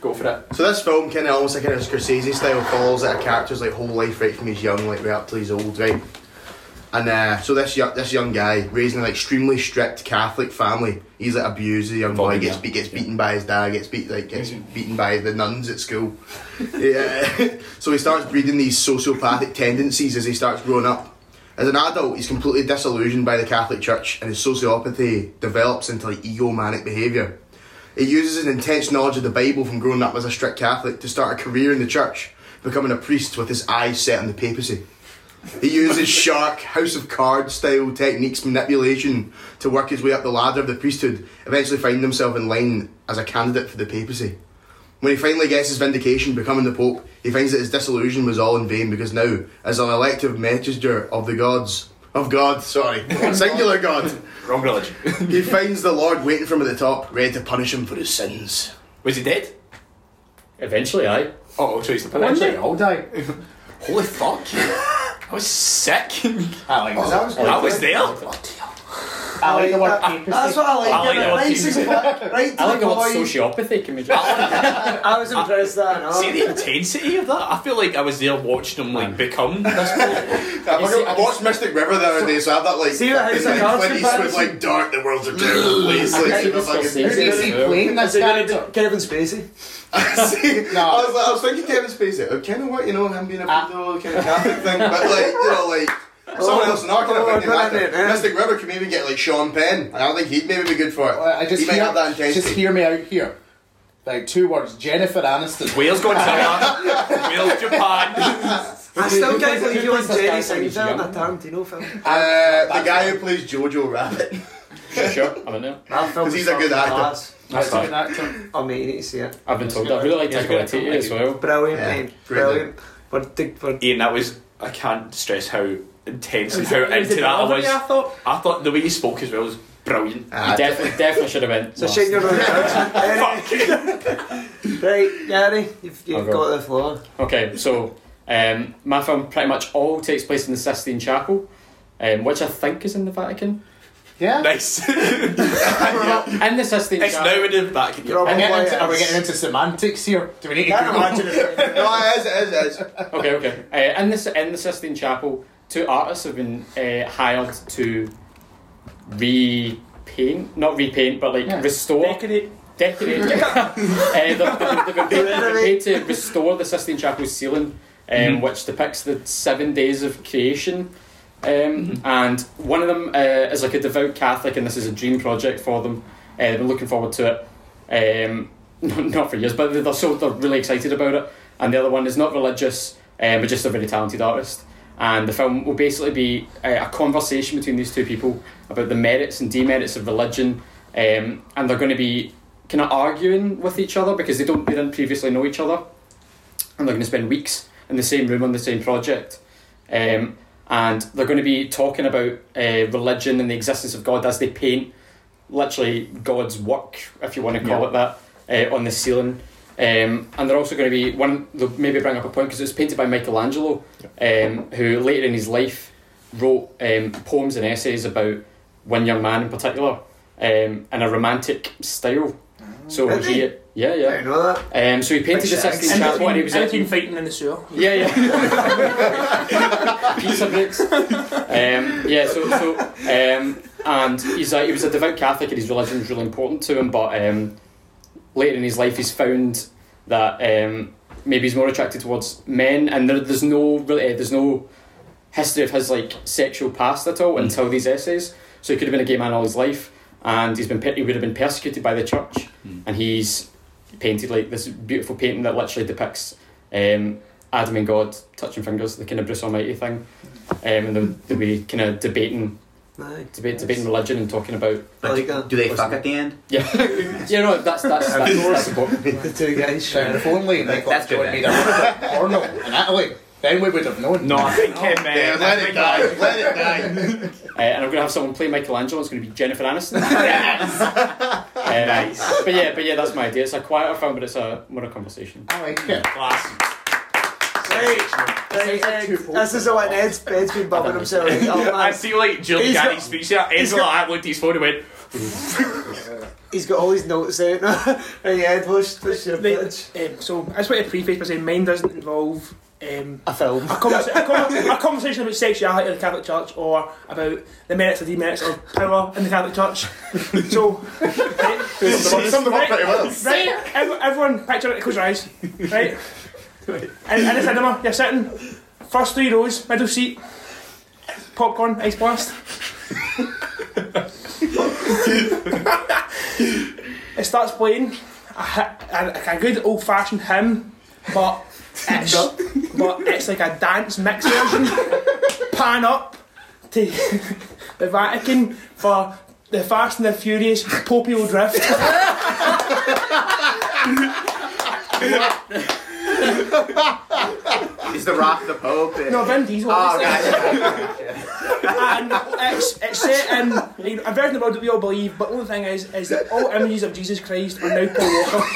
Speaker 4: Go for it.
Speaker 7: so this film kind of almost like in a Scorsese style follows that a character's like whole life right from he's young like right up till he's old, right? And uh, so this young this young guy raised in an extremely strict Catholic family, he's like abused as a young boy,
Speaker 4: Fucking
Speaker 7: gets
Speaker 4: yeah. Mm-hmm.
Speaker 7: be- gets beaten by his dad, gets beat like gets beaten by the nuns at school. yeah. [LAUGHS] so he starts breeding these sociopathic tendencies as he starts growing up. As an adult, he's completely disillusioned by the Catholic Church, and his sociopathy develops into like egomanic behaviour. He uses an intense knowledge of the Bible from growing up as a strict Catholic to start a career in the church, becoming a priest with his eyes set on the papacy. He uses shark, House of Cards style techniques, manipulation to work his way up the ladder of the priesthood, eventually finding himself in line as a candidate for the papacy. When he finally gets his vindication, becoming the Pope, he finds that his disillusion was all in vain because now, as an elective messenger of the gods, of God, sorry, singular God,
Speaker 4: Wrong religion.
Speaker 7: he finds the Lord waiting for him at the top, ready to punish him for his sins.
Speaker 4: Was he dead?
Speaker 8: Eventually, I.
Speaker 4: Oh, so he's the penalty.
Speaker 3: I'll die.
Speaker 4: Holy fuck. That was sick. [LAUGHS]
Speaker 3: I like that.
Speaker 4: Oh, That was there.
Speaker 3: I like the word
Speaker 2: That- That's
Speaker 3: papacy.
Speaker 2: what I like.
Speaker 4: I like
Speaker 2: give it
Speaker 4: the word
Speaker 2: nice and
Speaker 4: papacy.
Speaker 2: quick, right to
Speaker 8: I like
Speaker 2: the
Speaker 8: a lot
Speaker 2: point.
Speaker 8: of sociopathy. Can we just?
Speaker 2: I was impressed that. no.
Speaker 4: See the intensity of that? I feel like I was there watching him like become this bloke.
Speaker 7: I, fucking- I watched Mystic River the other day, so I have that like
Speaker 2: See what House of
Speaker 7: fucking
Speaker 2: Cards
Speaker 7: Clint Eastwood,
Speaker 2: comparison?
Speaker 7: like dark, the world's a terrible place. Like, super fucking.
Speaker 3: Who is he playing this
Speaker 2: Is it gonna do
Speaker 3: character?
Speaker 2: Kevin Spacey?
Speaker 7: See,
Speaker 3: No.
Speaker 7: [LAUGHS] I was like, I was thinking Kevin Spacey. I kind of want you know him being a pedo kind of Catholic thing, but like you know like. Someone else not
Speaker 2: oh,
Speaker 7: going to
Speaker 2: not
Speaker 7: put
Speaker 2: it, eh?
Speaker 7: Mystic River could maybe get like Sean Penn. I don't think he'd maybe be good for it.
Speaker 3: I just
Speaker 7: he might
Speaker 3: hear,
Speaker 7: have that intensity.
Speaker 3: just hear me out here. Like two words, Jennifer Aniston.
Speaker 4: Wales going to Thailand. Wales, Japan.
Speaker 2: I still can't believe you and
Speaker 8: this guy
Speaker 2: Jerry
Speaker 8: when he's
Speaker 2: Seinfeld in a
Speaker 8: young?
Speaker 2: Tarantino
Speaker 7: [LAUGHS]
Speaker 2: film.
Speaker 7: uh, the guy who plays Jojo Rabbit.
Speaker 8: sure, I'm in there.
Speaker 2: That film
Speaker 7: 'Cause he's a good actor.
Speaker 3: That's an actor.
Speaker 2: I mean, Oh, you need to see it. Oh,
Speaker 8: I've been told that. I really like
Speaker 4: Yeah, it's
Speaker 8: Taika
Speaker 4: good.
Speaker 8: Waititi as well.
Speaker 2: Brilliant,
Speaker 7: Yeah,
Speaker 2: man. Brilliant.
Speaker 7: brilliant.
Speaker 2: We're dig- we're-
Speaker 4: Ian, that was. I can't stress how intense and
Speaker 6: Was
Speaker 4: how
Speaker 6: it- was
Speaker 4: into
Speaker 6: it
Speaker 4: that I
Speaker 6: delivery,
Speaker 4: was.
Speaker 6: I thought?
Speaker 4: I thought the way you spoke as well was brilliant.
Speaker 8: You definitely, definitely should have been.
Speaker 2: So shake your own
Speaker 4: Fuck. [LAUGHS]
Speaker 2: Right, Gary, you've, you've
Speaker 8: I'll go.
Speaker 2: got the floor.
Speaker 8: Okay, so um, my film pretty much all takes place in the Sistine Chapel, um, which I think is in the Vatican.
Speaker 6: [LAUGHS]
Speaker 3: Yeah.
Speaker 4: nice. Yeah.
Speaker 8: In the Sistine
Speaker 4: It's
Speaker 8: Chapel.
Speaker 4: now in the back.
Speaker 2: You're all
Speaker 3: Are we getting into- are we
Speaker 2: players.
Speaker 3: getting into semantics here? Do we need to
Speaker 2: Can't
Speaker 3: Google?
Speaker 2: imagine it.
Speaker 7: no, it is, it is, it is.
Speaker 8: Okay, okay. Uh, in this, in the Sistine Chapel, two artists have been uh, hired to repaint, not repaint, but like
Speaker 6: Yeah.
Speaker 8: restore,
Speaker 6: Decorate.
Speaker 8: decorate. uh, [LAUGHS] they've, they've, they've been they've been paid to restore the Sistine Chapel's ceiling, um, which depicts the seven days of creation. Um, And one of them uh, is like a devout Catholic, and this is a dream project for them. Uh, they've been looking forward to it, um, [LAUGHS] not for years, but they're so they're really excited about it. And the other one is not religious, um, but just a very talented artist. And the film will basically be eh, a, a conversation between these two people about the merits and demerits of religion, um, and they're going to be kind of arguing with each other because they don't they didn't previously know each other and they're going to spend weeks in the same room on the same project. Um, and they're going to be talking about uh, religion and the existence of God as they paint literally God's work, if you want to call it that, uh, on the ceiling. Um, and they're also going to be one. They'll maybe bring up a point because it's painted by Michelangelo, um, who later in his life wrote um, poems and essays about one young man in particular um, in a romantic style. So
Speaker 2: Really?
Speaker 8: he, yeah,
Speaker 2: I
Speaker 8: yeah.
Speaker 2: didn't know that.
Speaker 8: Um, so he painted the
Speaker 2: Big
Speaker 8: Sistine
Speaker 2: shags.
Speaker 8: Chapel when he
Speaker 6: Anything,
Speaker 8: was at
Speaker 6: anything fighting in the sewer.
Speaker 8: yeah, yeah. [LAUGHS] Pizza bricks. Um, yeah, so so um, and he's a, he was a devout Catholic, and his religion was really important to him. But um, later in his life, he's found that um, maybe he's more attracted towards men, and there, there's no really uh, there's no history of his like sexual past at all until these essays. So he could have been a gay man all his life, and he's been per- he would have been persecuted by the church, and he's painted like this beautiful painting that literally depicts um, Adam and God touching fingers, the kind of Bruce Almighty thing, um, and the, the way kind of debating
Speaker 2: No.
Speaker 8: debate, debating religion and talking about
Speaker 2: I like that.
Speaker 5: Do they fuck at the end?
Speaker 8: yeah, you know that's that's that's, that's important.
Speaker 2: The two guys
Speaker 3: Now,
Speaker 2: sharing.
Speaker 3: if only they
Speaker 5: That's
Speaker 3: got
Speaker 5: good,
Speaker 3: John made a porno in Italy, then we would have known.
Speaker 4: No, I think him. Uh,
Speaker 7: Yeah, let it die. Let it die.
Speaker 8: Uh, and I'm going to have someone play Michelangelo. It's going to be Jennifer
Speaker 4: [LAUGHS]
Speaker 8: Aniston. nice. But yeah, but yeah, that's my idea. It's a quieter film, but it's a more a conversation.
Speaker 3: I like it.
Speaker 4: Class.
Speaker 2: Hey, hey, Ed, This is what Ed's, Ed's been bumming himself. out. Oh,
Speaker 4: I
Speaker 2: man.
Speaker 4: see like Jill
Speaker 2: He's got-
Speaker 4: Gaddy speaks here. Ed's like, I looked at his phone and went,
Speaker 2: He's got all his notes out. now. [LAUGHS] right, Ed, what's, what's your
Speaker 6: They-
Speaker 2: pitch?
Speaker 6: Um, so I just want to preface by saying mine doesn't involve um,
Speaker 2: A film.
Speaker 6: a, conversa- a, con- a conversation about sexuality in the Catholic Church or about the merits or demerits of power in the Catholic
Speaker 7: [LAUGHS]
Speaker 6: Church. so,
Speaker 7: Summed them up pretty well.
Speaker 6: right, ev- everyone, picture it, close your eyes, right? In, in the cinema, you're sitting, first three rows, middle seat, popcorn, ice
Speaker 7: [LAUGHS]
Speaker 6: blast. it starts playing a, hi- a, like a good old fashioned hymn, but it's, but it's like a dance mix version. Pan up to the Vatican for the Fast and the Furious Popial Drift.
Speaker 5: Is the rock the Pope?
Speaker 6: No, Vin Diesel.
Speaker 5: Oh,
Speaker 6: obviously.
Speaker 5: God.
Speaker 6: and it's, it's set in you know, a version of the world that we all believe, but the only thing is, is that all images of Jesus Christ are now Paul Walker.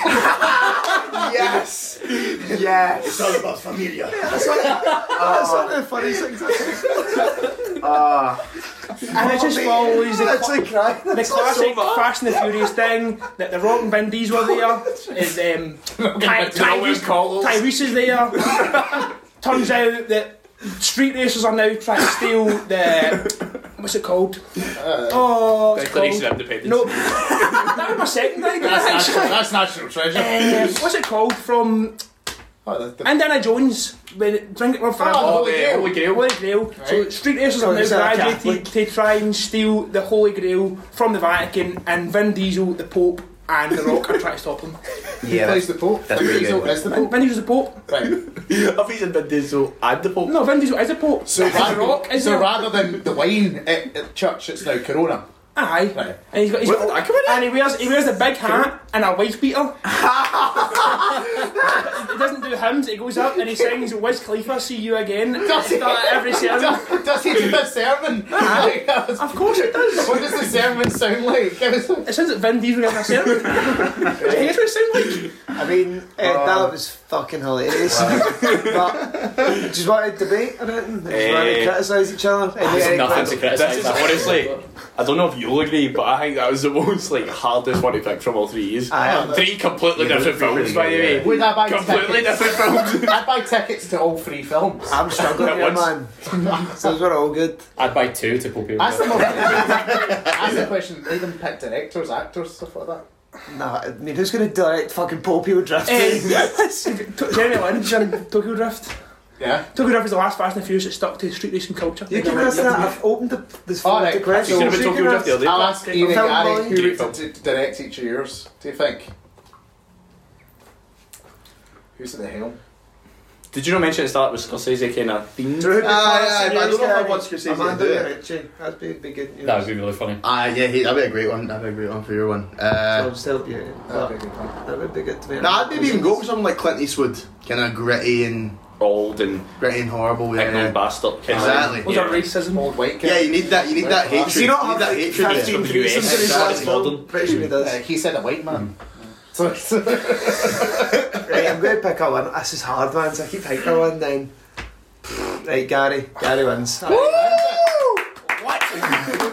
Speaker 5: yes. Yes.
Speaker 7: Tell about [LAUGHS] familia.
Speaker 2: That's one of the funniest things I've seen.
Speaker 5: Uh,
Speaker 6: and it just follows the,
Speaker 2: That's
Speaker 6: cla-
Speaker 2: like crying.
Speaker 6: the classic Fast and the Furious thing that the Rock and Vin Diesel are there. Is um, Ty-
Speaker 4: to know his
Speaker 6: Tyrese,
Speaker 4: calls.
Speaker 6: Tyrese is there.
Speaker 3: [LAUGHS]
Speaker 6: Turns out that street racers are now trying to steal the what's it called?
Speaker 3: Uh,
Speaker 6: oh, it's
Speaker 4: Declaration
Speaker 6: called.
Speaker 4: of Independence.
Speaker 6: No, that was my second idea.
Speaker 3: That's
Speaker 6: actually.
Speaker 3: national, that's national treasure.
Speaker 6: Um,
Speaker 3: [LAUGHS]
Speaker 6: what's it called from
Speaker 3: Oh, the- the-
Speaker 6: Indiana Jones when it, drink it run forever.
Speaker 3: Oh,
Speaker 4: Holy Grail. Holy Grail.
Speaker 6: Holy Grail. So street racers
Speaker 2: So
Speaker 6: are now
Speaker 2: it's a
Speaker 6: graduated
Speaker 2: Catholic.
Speaker 6: to try and steal the Holy Grail from the Vatican, and Vin Diesel, the Pope, and The Rock are trying to stop him.
Speaker 5: yeah.
Speaker 3: Plays
Speaker 5: That's,
Speaker 3: the Pope. [LAUGHS]
Speaker 5: that's
Speaker 3: Vin
Speaker 5: pretty
Speaker 3: Diesel
Speaker 5: good.
Speaker 3: is the
Speaker 6: Vin,
Speaker 3: Pope.
Speaker 6: Vin Diesel's the Pope.
Speaker 3: Right.
Speaker 4: I think it's Vin Diesel and the Pope.
Speaker 6: No, Vin Diesel is a Pope.
Speaker 3: So,
Speaker 6: And The
Speaker 3: rather,
Speaker 6: Rock is
Speaker 3: so
Speaker 6: a
Speaker 3: rather than the wine at, at church, it's now Corona. [LAUGHS]
Speaker 6: Aye.
Speaker 3: Right.
Speaker 6: And he's got, he's
Speaker 4: Where did
Speaker 6: got
Speaker 4: that come in at?
Speaker 6: and he wears he wears a big hat and a wife
Speaker 3: [LAUGHS]
Speaker 6: beater. he doesn't do hymns. He goes up and he sings Wiz Khalifa, "See You Again."
Speaker 3: Does he?
Speaker 6: Start every sermon.
Speaker 3: Does, does he do the sermon? [LAUGHS]
Speaker 6: Of course it does.
Speaker 3: What does the sermon sound like? Give us a-
Speaker 6: It sounds like Vin Diesel giving a
Speaker 3: [LAUGHS]
Speaker 6: sermon. That's what it sounds like.
Speaker 2: I mean, Ed,
Speaker 8: Um,
Speaker 2: that was fucking hilarious. [LAUGHS] but just wanted to debate about it. Just wanted to
Speaker 4: Eh.
Speaker 2: criticise each other. And
Speaker 8: There's
Speaker 2: then-
Speaker 8: nothing to
Speaker 4: This
Speaker 8: criticise.
Speaker 4: is
Speaker 8: that.
Speaker 4: honestly, I don't know if you'll agree, but I think that was the most like hardest one to pick from all three years.
Speaker 2: Aye.
Speaker 4: three completely different films, by the way.
Speaker 3: Would I buy
Speaker 4: Completely
Speaker 3: tickets?
Speaker 4: different films.
Speaker 3: I'd buy tickets to all three films.
Speaker 2: I'm struggling
Speaker 4: At
Speaker 2: here, man.
Speaker 4: once.
Speaker 2: So we're all good.
Speaker 8: I'd buy two to Pope.
Speaker 3: That's the most. That's the question. They even pick directors, actors, stuff like that.
Speaker 2: Nah, I mean, who's going to direct fucking Popio Drift? [LAUGHS]
Speaker 6: Eh, T- [LAUGHS] Jeremy Lynch and Tokyo Drift.
Speaker 3: Yeah.
Speaker 6: Tokyo Drift is the last Fast and Furious that stuck to street racing culture.
Speaker 2: You can ask that. I've opened up this
Speaker 3: All
Speaker 2: phone
Speaker 3: right.
Speaker 2: to
Speaker 4: You should have been
Speaker 2: questions.
Speaker 4: talking about the other
Speaker 3: I'll
Speaker 4: day.
Speaker 3: ask Ian and
Speaker 2: Film
Speaker 3: Gary
Speaker 2: boy.
Speaker 3: who would d- d- direct each of yours. Do you think? Who's at the helm?
Speaker 4: Did you not mention at the start it was Scorsese kind of theme?
Speaker 2: Drew,
Speaker 7: Aye, aye, but I don't know if I want Scorsese to
Speaker 2: Amanda
Speaker 7: do it.
Speaker 2: Ritchie. That'd be, be good news.
Speaker 8: That would be really funny.
Speaker 5: Ah, yeah, he, that'd be a great one. That'd be a great one for your one. Uh,
Speaker 2: I'll still be it.
Speaker 3: That'd be a good one.
Speaker 2: That would be good to be
Speaker 5: nah, I'd maybe even go for something like Clint Eastwood, kind of gritty and
Speaker 4: Old and
Speaker 5: gritty and horrible. Yeah.
Speaker 7: Uh,
Speaker 4: ignorant bastard. Kind
Speaker 5: Exactly.
Speaker 6: Was
Speaker 4: Yeah.
Speaker 6: that racism?
Speaker 3: Old white guy.
Speaker 5: Yeah, you need that. You need that
Speaker 3: Does
Speaker 2: Does he
Speaker 3: he
Speaker 5: hatred.
Speaker 2: not
Speaker 5: you need
Speaker 2: have like
Speaker 5: that hatred.
Speaker 2: 15
Speaker 4: from the US.
Speaker 2: reasons in his
Speaker 5: Exactly.
Speaker 2: last film? Pretty sure he
Speaker 3: Uh,
Speaker 2: does.
Speaker 3: [LAUGHS] he said a white man.
Speaker 2: Right, I'm going to pick a winner. This is hard, man. So I keep picking one then. Right, Gary. Gary wins. Woo!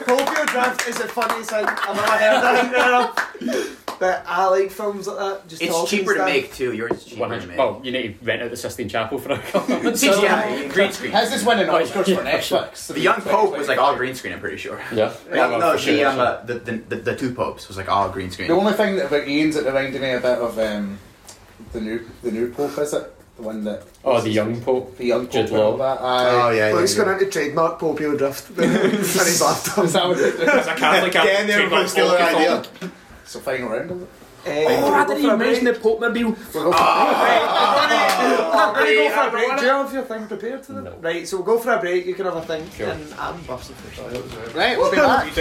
Speaker 2: Tokyo Drift is the funniest thing I've ever heard [LAUGHS] of. you know. But I like films like that. Just
Speaker 5: It's
Speaker 2: talking
Speaker 5: cheaper to
Speaker 2: stuff.
Speaker 5: make too. Yours is cheaper to
Speaker 8: 100.
Speaker 3: Oh.
Speaker 5: make.
Speaker 8: Well, you need to rent out the Sistine Chapel for a couple of months.
Speaker 5: yeah, green screen.
Speaker 3: How's this winning [LAUGHS] Oscars
Speaker 8: yeah,
Speaker 3: for Netflix?
Speaker 5: The young pope was like all green screen. I'm pretty sure.
Speaker 8: Yeah.
Speaker 5: No, no, the, um, uh, the, the the the two popes was like all green screen.
Speaker 3: The only thing that about Ian's that reminded me a bit of um, the new the new Pope is it the one that
Speaker 8: Oh, the young Pope.
Speaker 3: the young Pope
Speaker 8: Jude
Speaker 3: and all
Speaker 8: Law.
Speaker 3: that. Aye.
Speaker 7: Oh yeah.
Speaker 2: Well, he's
Speaker 7: yeah,
Speaker 2: going into trademark Tokyo Drift. [LAUGHS] and he's laughed
Speaker 3: [LAUGHS] Is that what it is?
Speaker 4: As a Catholic,
Speaker 7: yeah.
Speaker 4: I'm
Speaker 7: Again, there
Speaker 4: trademark
Speaker 7: was still an
Speaker 4: Catholic.
Speaker 7: idea.
Speaker 3: So final round. Is it?
Speaker 6: Oh, I didn't even mention the Pope Mobile.
Speaker 2: I'm going to go for a break.
Speaker 6: everyone.
Speaker 2: Do you have your thing prepared to them?
Speaker 8: No.
Speaker 2: Right, so we'll go for a break. You can have a think. And I'm busting for sure.
Speaker 3: Right, [LAUGHS] we'll be back.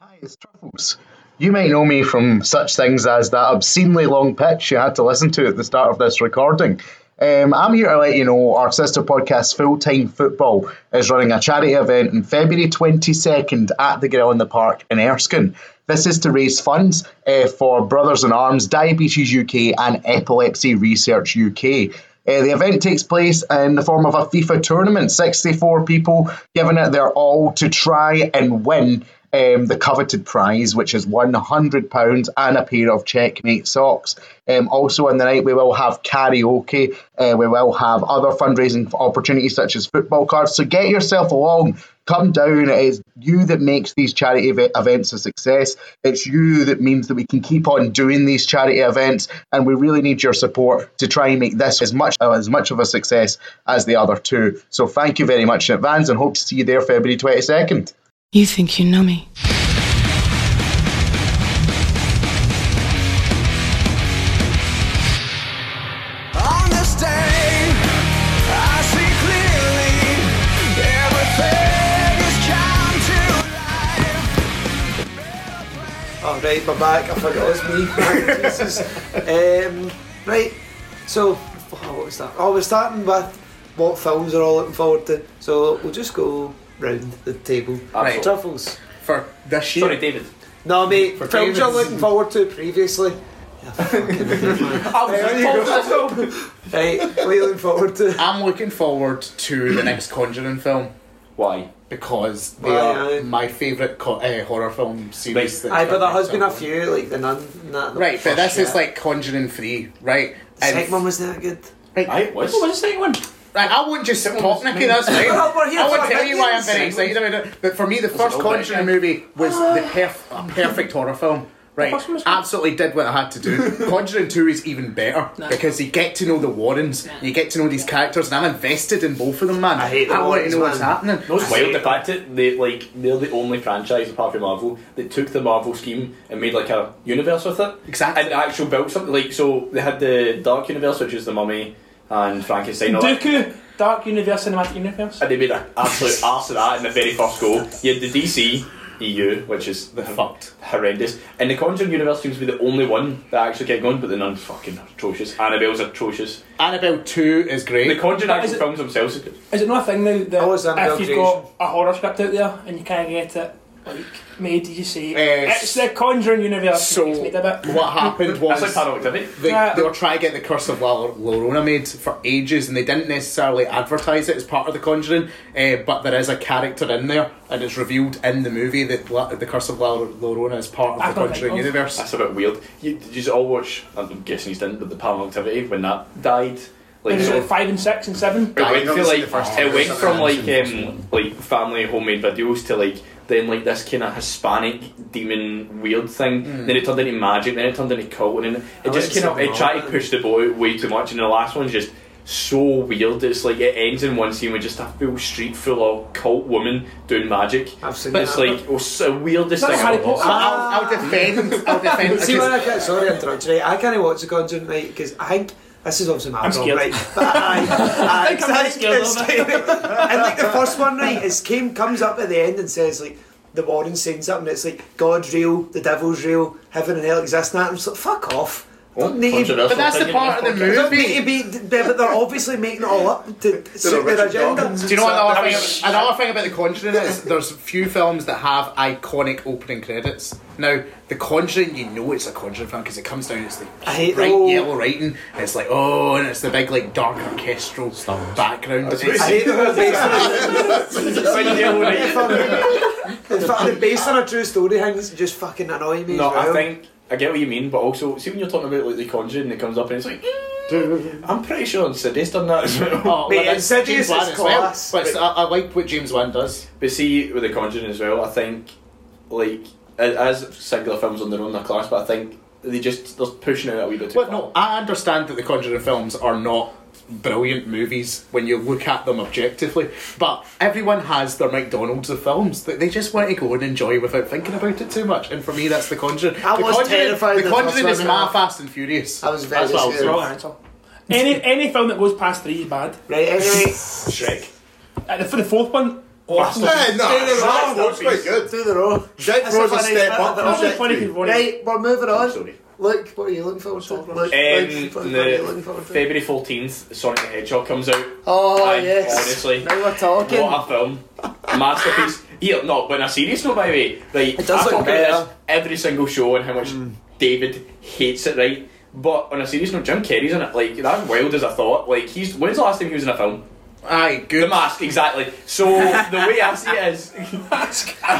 Speaker 3: Hi, it's Truffles. You may know me from such things as that obscenely long pitch you had to listen to at the start of this recording. Um, I'm here to let you know our sister podcast, Full Time Football, is running a charity event on February 22nd at the Grill in the Park in Erskine. This is to raise funds eh, for Brothers in Arms, Diabetes UK, and Epilepsy Research UK. Uh, the event takes place in the form of a FIFA tournament, 64 people giving it their all to try and win um, the coveted prize, which is £100 and a pair of checkmate socks. Um, also, on the night, we will have karaoke. Uh, we will have other fundraising opportunities such as football cards. So get yourself along. Come down. It's you that makes these charity ev- events a success. It's you that means that we can keep on doing these charity events, and we really need your support to try and make this as much uh, as much of a success as the other two. So thank you very much in advance, and hope to see you there February twenty second.
Speaker 9: You think you know me.
Speaker 10: On this day, I see clearly everything is come to life.
Speaker 2: Oh, right, we're back. I forgot it was me. Oh, Jesus. Um, right, so, oh, what was that? Oh, we're starting with what films are all looking forward to. So we'll just go round the table.
Speaker 4: Right.
Speaker 2: Truffles.
Speaker 3: For this
Speaker 5: uh,
Speaker 4: Sorry, David.
Speaker 2: No, mate,
Speaker 3: For
Speaker 2: films you're
Speaker 3: David's.
Speaker 2: looking forward to previously. Right, what are you looking forward to?
Speaker 3: I'm looking forward to the
Speaker 4: [CLEARS THROAT]
Speaker 3: next Conjuring film
Speaker 4: Why?
Speaker 3: because they
Speaker 2: Why?
Speaker 3: are my favourite co- uh, horror film series.
Speaker 4: Right.
Speaker 3: that's
Speaker 2: Aye, but there
Speaker 3: done
Speaker 2: has been a
Speaker 3: so
Speaker 2: few, like The Nun and that.
Speaker 3: well. Right, but
Speaker 2: Fuck
Speaker 3: this is
Speaker 2: yeah.
Speaker 3: like Conjuring 3, right?
Speaker 2: The second one was that good.
Speaker 4: I was. What was the second one?
Speaker 3: Right, I won't just sit and talk, Nicky, that's
Speaker 2: [LAUGHS]
Speaker 3: fine.
Speaker 2: Well, we're here
Speaker 3: I won't
Speaker 2: for
Speaker 3: tell you why I'm very
Speaker 2: opinions.
Speaker 3: excited about it. But for me, the first
Speaker 4: old bit,
Speaker 3: Conjuring
Speaker 4: yeah.
Speaker 3: movie was
Speaker 2: [SIGHS]
Speaker 3: the perf- a perfect horror film. Right,
Speaker 4: first one was good.
Speaker 3: absolutely did what I had
Speaker 2: [LAUGHS]
Speaker 3: to do. Conjuring 2 is even better because you get to know the Warrens, you get to know these characters, and I'm invested in both of them, man. I
Speaker 2: hate the
Speaker 3: I want
Speaker 2: Warrens,
Speaker 3: to know what's
Speaker 2: man.
Speaker 3: happening.
Speaker 4: It's wild the fact that they like they're the only franchise apart from Marvel that took the Marvel scheme and made like a universe with it.
Speaker 3: Exactly.
Speaker 4: And actually built something like so they had the Dark Universe, which is the Mummy and Frankenstein. and all that.
Speaker 6: Dooku, Dark Universe, Cinematic Universe.
Speaker 4: And they made an absolute arse of that in the very first go. You had the DC EU, which is the fucked horrendous, and the Conjuring universe seems to be the only one that actually kept going. But the nun fucking atrocious. Annabelle's atrocious.
Speaker 3: Annabelle 2 is
Speaker 4: The
Speaker 3: great.
Speaker 4: Conjuring
Speaker 6: Is
Speaker 4: actual
Speaker 6: it-
Speaker 4: films themselves. are good.
Speaker 6: Is it not a thing now that
Speaker 2: Oh, is that
Speaker 6: if
Speaker 2: an
Speaker 6: you've got a horror script out there and you can't get it like made, you say
Speaker 3: Eh,
Speaker 6: it's the Conjuring universe.
Speaker 3: so-
Speaker 6: it's made a bit.
Speaker 3: What happened
Speaker 4: [LAUGHS]
Speaker 3: was.
Speaker 4: That's like Paranormal Activity.
Speaker 3: They,
Speaker 6: Yeah.
Speaker 3: they were trying to get the Curse of La Llorona made for ages, and they didn't necessarily advertise it as part of the Conjuring. Uh, but there is a character in there, and it's revealed in the movie that La- the Curse of La Llorona is part of
Speaker 6: I
Speaker 3: the
Speaker 6: don't
Speaker 3: Conjuring
Speaker 6: think of-
Speaker 3: universe.
Speaker 4: That's a bit weird. You, did you all watch? I'm guessing he's didn't, but the Paranormal Activity when that died, like
Speaker 6: Is
Speaker 4: sort
Speaker 6: it
Speaker 4: of
Speaker 6: five and six and seven?
Speaker 4: It
Speaker 7: I've
Speaker 4: went,
Speaker 7: never
Speaker 4: to,
Speaker 7: seen
Speaker 4: like,
Speaker 7: the first two.
Speaker 4: it went from
Speaker 7: I've
Speaker 4: like
Speaker 7: seen the first
Speaker 4: um, like family homemade videos to like then like this kind of Hispanic demon weird thing.
Speaker 7: Mm.
Speaker 4: Then it turned into magic. Then it turned into cult. And then it
Speaker 7: Oh,
Speaker 4: just
Speaker 2: like
Speaker 4: kind of
Speaker 2: Sabrina.
Speaker 4: it tried to push the boy way too much. And the last one's just so weird. It's like it ends in one scene with just a full street full of cult women doing magic.
Speaker 2: I've seen
Speaker 4: But it's
Speaker 2: that.
Speaker 4: like it was the weirdest
Speaker 6: That's
Speaker 4: thing.
Speaker 6: Harry
Speaker 4: I've ever
Speaker 6: Potter.
Speaker 4: seen.
Speaker 3: I'll, I'll defend. I'll
Speaker 2: [LAUGHS]
Speaker 3: defend.
Speaker 2: See when
Speaker 3: because-
Speaker 2: I get sorry to interrupt you, right? I can't watch the Conjuring right because I think this is obviously my
Speaker 6: I'm
Speaker 2: problem,
Speaker 6: scared.
Speaker 2: right? But I, I,
Speaker 6: think I'm very scared
Speaker 2: it's [LAUGHS]
Speaker 6: of
Speaker 2: scary. And like the first one, right, is Kane comes up at the end and says like the Warren saying something. It's like God's real, the devil's real, heaven and hell exist. And that. I'm just like, fuck off.
Speaker 3: But that's the part of the
Speaker 2: Don't
Speaker 3: movie.
Speaker 2: need to be, they're- but they're obviously making it all up to suit their
Speaker 7: Richard
Speaker 2: agenda.
Speaker 7: Dawkins.
Speaker 3: Do you know what another
Speaker 2: I
Speaker 3: thing?
Speaker 2: mean,
Speaker 3: another thing about The Conjuring is there's few films that have iconic opening credits. Now, The Conjuring, you know it's a Conjuring film because it comes down, it's the
Speaker 2: I hate
Speaker 3: bright
Speaker 2: the-
Speaker 3: yellow writing. And it's like oh, and it's the big like dark orchestral background.
Speaker 2: I
Speaker 3: It's-
Speaker 2: hate that they're based
Speaker 4: [LAUGHS]
Speaker 2: on a- In fact, they're based on a true story. Things just fucking annoy me.
Speaker 4: No,
Speaker 2: as well.
Speaker 4: I think I get what you mean, but also see when you're talking about like the Conjuring, and it comes up and it's like, "Mm, I'm pretty sure Insidious done that as well.
Speaker 3: Oh,
Speaker 2: Mate,
Speaker 3: well, that's
Speaker 2: Insidious is
Speaker 3: James Wan as well.
Speaker 2: class.
Speaker 3: But it's- I, I like what James Wan does.
Speaker 4: But see with the Conjuring as well, I think like a- as singular films on their own, they're class, but I think they just they're pushing it a wee bit too
Speaker 3: Well,
Speaker 4: far.
Speaker 3: no, I understand that the Conjuring films are not brilliant movies when you look at them objectively, but everyone has their McDonald's of films that they just want to go and enjoy without thinking about it too much. And for me, that's the Conjuring.
Speaker 2: I
Speaker 3: the
Speaker 2: was
Speaker 3: Conjuring,
Speaker 2: terrified
Speaker 3: The
Speaker 2: that
Speaker 3: Conjuring
Speaker 2: that's
Speaker 3: is
Speaker 2: what
Speaker 3: my
Speaker 2: I-
Speaker 3: Fast and Furious.
Speaker 2: I was very
Speaker 3: That's what I was
Speaker 2: scared.
Speaker 3: wrong.
Speaker 6: Any any film that goes past three is bad.
Speaker 2: Right, anyway,
Speaker 4: Shrek.
Speaker 6: Uh, the- for the fourth one, awesome.
Speaker 7: Yeah, no, that was quite good.
Speaker 2: do the row.
Speaker 7: Jake
Speaker 2: That's
Speaker 7: Rose
Speaker 2: a
Speaker 7: a
Speaker 2: funny
Speaker 7: step
Speaker 2: bit of
Speaker 7: up.
Speaker 2: the-
Speaker 7: from
Speaker 6: Only
Speaker 7: Jake
Speaker 6: funny
Speaker 7: Reed.
Speaker 6: people want it.
Speaker 2: Right, we're moving on.
Speaker 4: Sorry.
Speaker 2: Look, what are you looking forward to? Look, look,
Speaker 4: Um,
Speaker 2: what are you looking
Speaker 4: the
Speaker 2: forward to?
Speaker 4: February fourteenth, Sonic the Hedgehog comes out.
Speaker 2: Oh
Speaker 4: And
Speaker 2: yes.
Speaker 4: honestly,
Speaker 2: now we're talking.
Speaker 4: What a film. Masterpiece. Yeah, no, but on a serious note, by the way, like,
Speaker 2: It Mm. does
Speaker 4: I
Speaker 2: look
Speaker 4: talk about
Speaker 2: better.
Speaker 4: this every single show and how much David hates it, right? But on a serious note, Jim Carrey's in it. Like, that's wild as I thought. Like, he's. When's the last time he was in a film?
Speaker 3: Aye, good.
Speaker 4: The Mask, exactly. So, the way I see
Speaker 2: [LAUGHS]
Speaker 4: it is. [LAUGHS]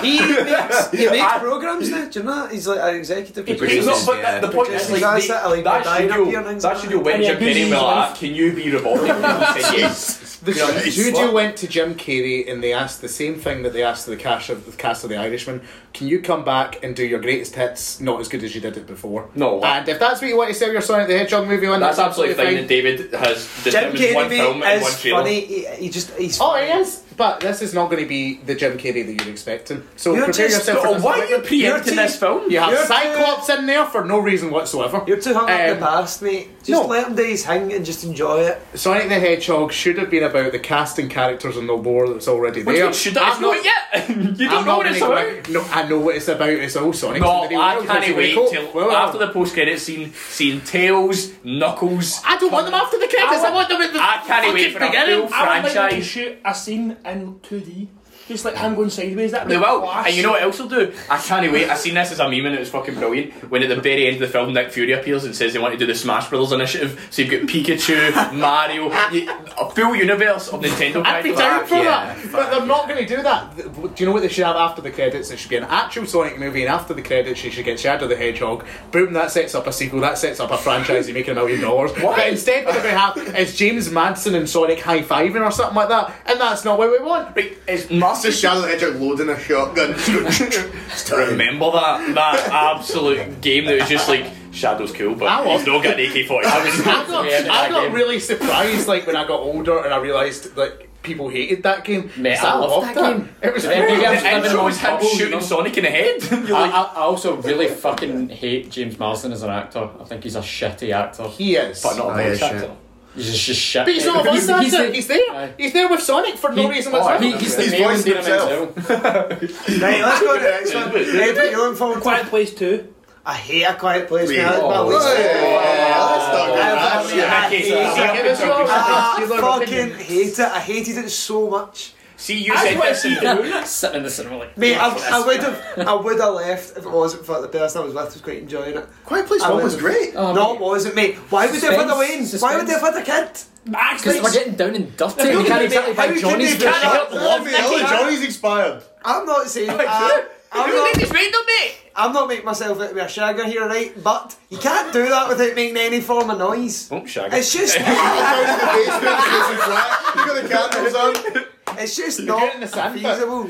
Speaker 2: he makes, he makes
Speaker 4: I-
Speaker 2: programs now. Do you know that? He's like an executive
Speaker 5: produces,
Speaker 4: No, but
Speaker 5: yeah.
Speaker 4: the, the point
Speaker 2: Produces
Speaker 4: is, like,
Speaker 2: us
Speaker 4: they-
Speaker 2: that are, like,
Speaker 4: that
Speaker 2: dying up here
Speaker 4: studio,
Speaker 2: and things
Speaker 4: that
Speaker 2: like
Speaker 4: studio
Speaker 2: that.
Speaker 4: went
Speaker 6: And
Speaker 4: Jim
Speaker 6: he
Speaker 4: Carrey
Speaker 6: abuses
Speaker 4: well,
Speaker 6: his
Speaker 4: ah, can you be robotic? And he said yes.
Speaker 3: The
Speaker 4: Yeah, it's
Speaker 3: studio
Speaker 4: what-
Speaker 3: went to Jim Carrey and they asked the same thing that they asked to the cast of the cast of The Irishman. Can you come back and do your greatest hits, not as good as you did it before?
Speaker 4: No, what-
Speaker 3: And if that's what you want to sell your Sonic the Hedgehog movie on,
Speaker 4: That's absolutely fine that David has
Speaker 2: Jim
Speaker 4: determined one
Speaker 2: Carrey
Speaker 4: film
Speaker 2: mate,
Speaker 4: and one
Speaker 2: is
Speaker 4: trailer.
Speaker 2: funny. He, he just he's.
Speaker 3: Oh,
Speaker 2: funny.
Speaker 3: it is, but this is not going to be the Jim Carrey that you're expecting. So
Speaker 2: You're
Speaker 3: prepare
Speaker 2: just-
Speaker 3: yourself for
Speaker 4: Oh,
Speaker 3: this.
Speaker 4: why are you preempting
Speaker 2: You're
Speaker 4: this film?
Speaker 3: You have
Speaker 2: you're
Speaker 3: Cyclops in there for no reason whatsoever.
Speaker 2: You're too hung up in
Speaker 3: Um,
Speaker 2: the past, mate. Just
Speaker 3: no.
Speaker 2: let him do his thing and just enjoy it.
Speaker 3: Sonic the Hedgehog should have been about the casting characters and the lore that's already
Speaker 4: What do you
Speaker 3: there.
Speaker 4: mean, should I?
Speaker 3: I'm
Speaker 4: It's not yet. [LAUGHS] you don't
Speaker 3: I'm
Speaker 4: know
Speaker 3: not
Speaker 4: what it's
Speaker 3: gonna go
Speaker 4: about.
Speaker 3: back- No, I know what it's about. It's all Sonic.
Speaker 4: No,
Speaker 3: It's the
Speaker 4: I
Speaker 3: world,
Speaker 4: can't
Speaker 3: it's
Speaker 4: wait
Speaker 3: cool.
Speaker 4: till
Speaker 3: Well,
Speaker 4: after
Speaker 3: well.
Speaker 4: the post credit scene, seeing Tails, Knuckles.
Speaker 3: I don't want them after the credits. I want them at the
Speaker 4: I can't wait
Speaker 3: fucking
Speaker 4: for a
Speaker 3: beginning.
Speaker 4: full
Speaker 6: I would like them to
Speaker 4: franchise.
Speaker 6: shoot a scene in 2D, just like him going sideways. That
Speaker 4: They will, and you know what else they'll do? I can't wait. I seen this as a meme and it was fucking brilliant. When at the very end of the film, Nick Fury appears and says they want to do the Smash Brothers initiative. So you've got Pikachu, Mario, you, a full universe of Nintendo
Speaker 3: I'd be
Speaker 4: characters.
Speaker 3: down for
Speaker 5: yeah,
Speaker 3: that,
Speaker 5: fuck
Speaker 3: but they're not
Speaker 5: yeah.
Speaker 3: going to do that. Th- Do you know what they should have after the credits? It should be an actual Sonic movie, and after the credits, you should get Shadow the Hedgehog. Boom, that sets up a sequel, that sets up a franchise, you're making a million dollars. But instead, what we have is James Madsen and Sonic high fiving or something like that, and that's not what we want.
Speaker 4: Right, it's massive.
Speaker 7: Just Charlotte Hedgehog loading a shotgun. it's time.
Speaker 4: remember that that absolute game that was just like Shadow's cool, but
Speaker 3: I
Speaker 4: he's
Speaker 3: was-
Speaker 4: not got an AK forty.
Speaker 3: I got,
Speaker 8: Yeah,
Speaker 3: I
Speaker 8: that
Speaker 3: got
Speaker 8: game.
Speaker 3: really surprised like when I got older and I realised like people hated that game.
Speaker 8: Mate,
Speaker 3: 'Cause
Speaker 8: I loved that game.
Speaker 3: It was
Speaker 8: Yeah, maybe I'm
Speaker 4: The
Speaker 8: living in
Speaker 4: intro
Speaker 8: my
Speaker 4: was him
Speaker 8: bubble, you know? Oh,
Speaker 4: shooting Sonic in the head. You're
Speaker 8: I,
Speaker 4: like,
Speaker 8: I, I also really fucking hate James Marsden as an actor. I think he's a shitty actor.
Speaker 3: he is.
Speaker 4: but not a
Speaker 7: Oh, yeah,
Speaker 4: voice
Speaker 7: shit.
Speaker 4: actor.
Speaker 8: He's just, just shit.
Speaker 3: But he's not a voice actor. He's,
Speaker 8: the-
Speaker 3: there.
Speaker 8: Aye.
Speaker 3: He's there with Sonic for no
Speaker 8: He-
Speaker 3: reason
Speaker 8: oh,
Speaker 3: whatsoever.
Speaker 8: he- he's the
Speaker 7: He's
Speaker 8: male in
Speaker 7: voicing
Speaker 8: Dina
Speaker 7: himself.
Speaker 8: Menzel.
Speaker 2: Right, let's go to the next one. Right, but you're looking forward to.
Speaker 6: Quiet Place Two.
Speaker 2: I hate a quiet place.
Speaker 7: Wait.
Speaker 2: Man. That's my
Speaker 7: Oh,
Speaker 2: least Oh,
Speaker 7: yeah,
Speaker 2: favorite. I
Speaker 4: Mickey,
Speaker 2: hate it.
Speaker 3: Give us your-
Speaker 2: I
Speaker 3: your opinion.
Speaker 2: fucking hate it. I hated it so much.
Speaker 4: See, you said this.
Speaker 8: Sitting in the cinema like.
Speaker 2: Mate, I, I would have, I would have left if it wasn't for the person I was with was quite enjoying it.
Speaker 7: Quiet Place
Speaker 2: I
Speaker 7: One was
Speaker 2: would've-
Speaker 7: great.
Speaker 2: no, it wasn't, mate. Why would they have had a Wayne?
Speaker 8: Suspense,
Speaker 2: Why would they have had a kid?
Speaker 8: Because we're getting down and dirty. We can't exactly
Speaker 2: How
Speaker 8: buy
Speaker 2: can
Speaker 8: Johnny's
Speaker 2: they do
Speaker 8: version.
Speaker 2: that?
Speaker 7: Love it. Ellie oh, Johnny's expired.
Speaker 2: I'm not saying. I, I'm not. I'm not making myself out to be a shagger here, right? But you can't do that without making any form of noise.
Speaker 4: Oh, shag.
Speaker 2: It's
Speaker 7: [LAUGHS]
Speaker 2: just,
Speaker 7: you got the candles on.
Speaker 2: it's just not
Speaker 3: getting the sand pit.
Speaker 2: feasible.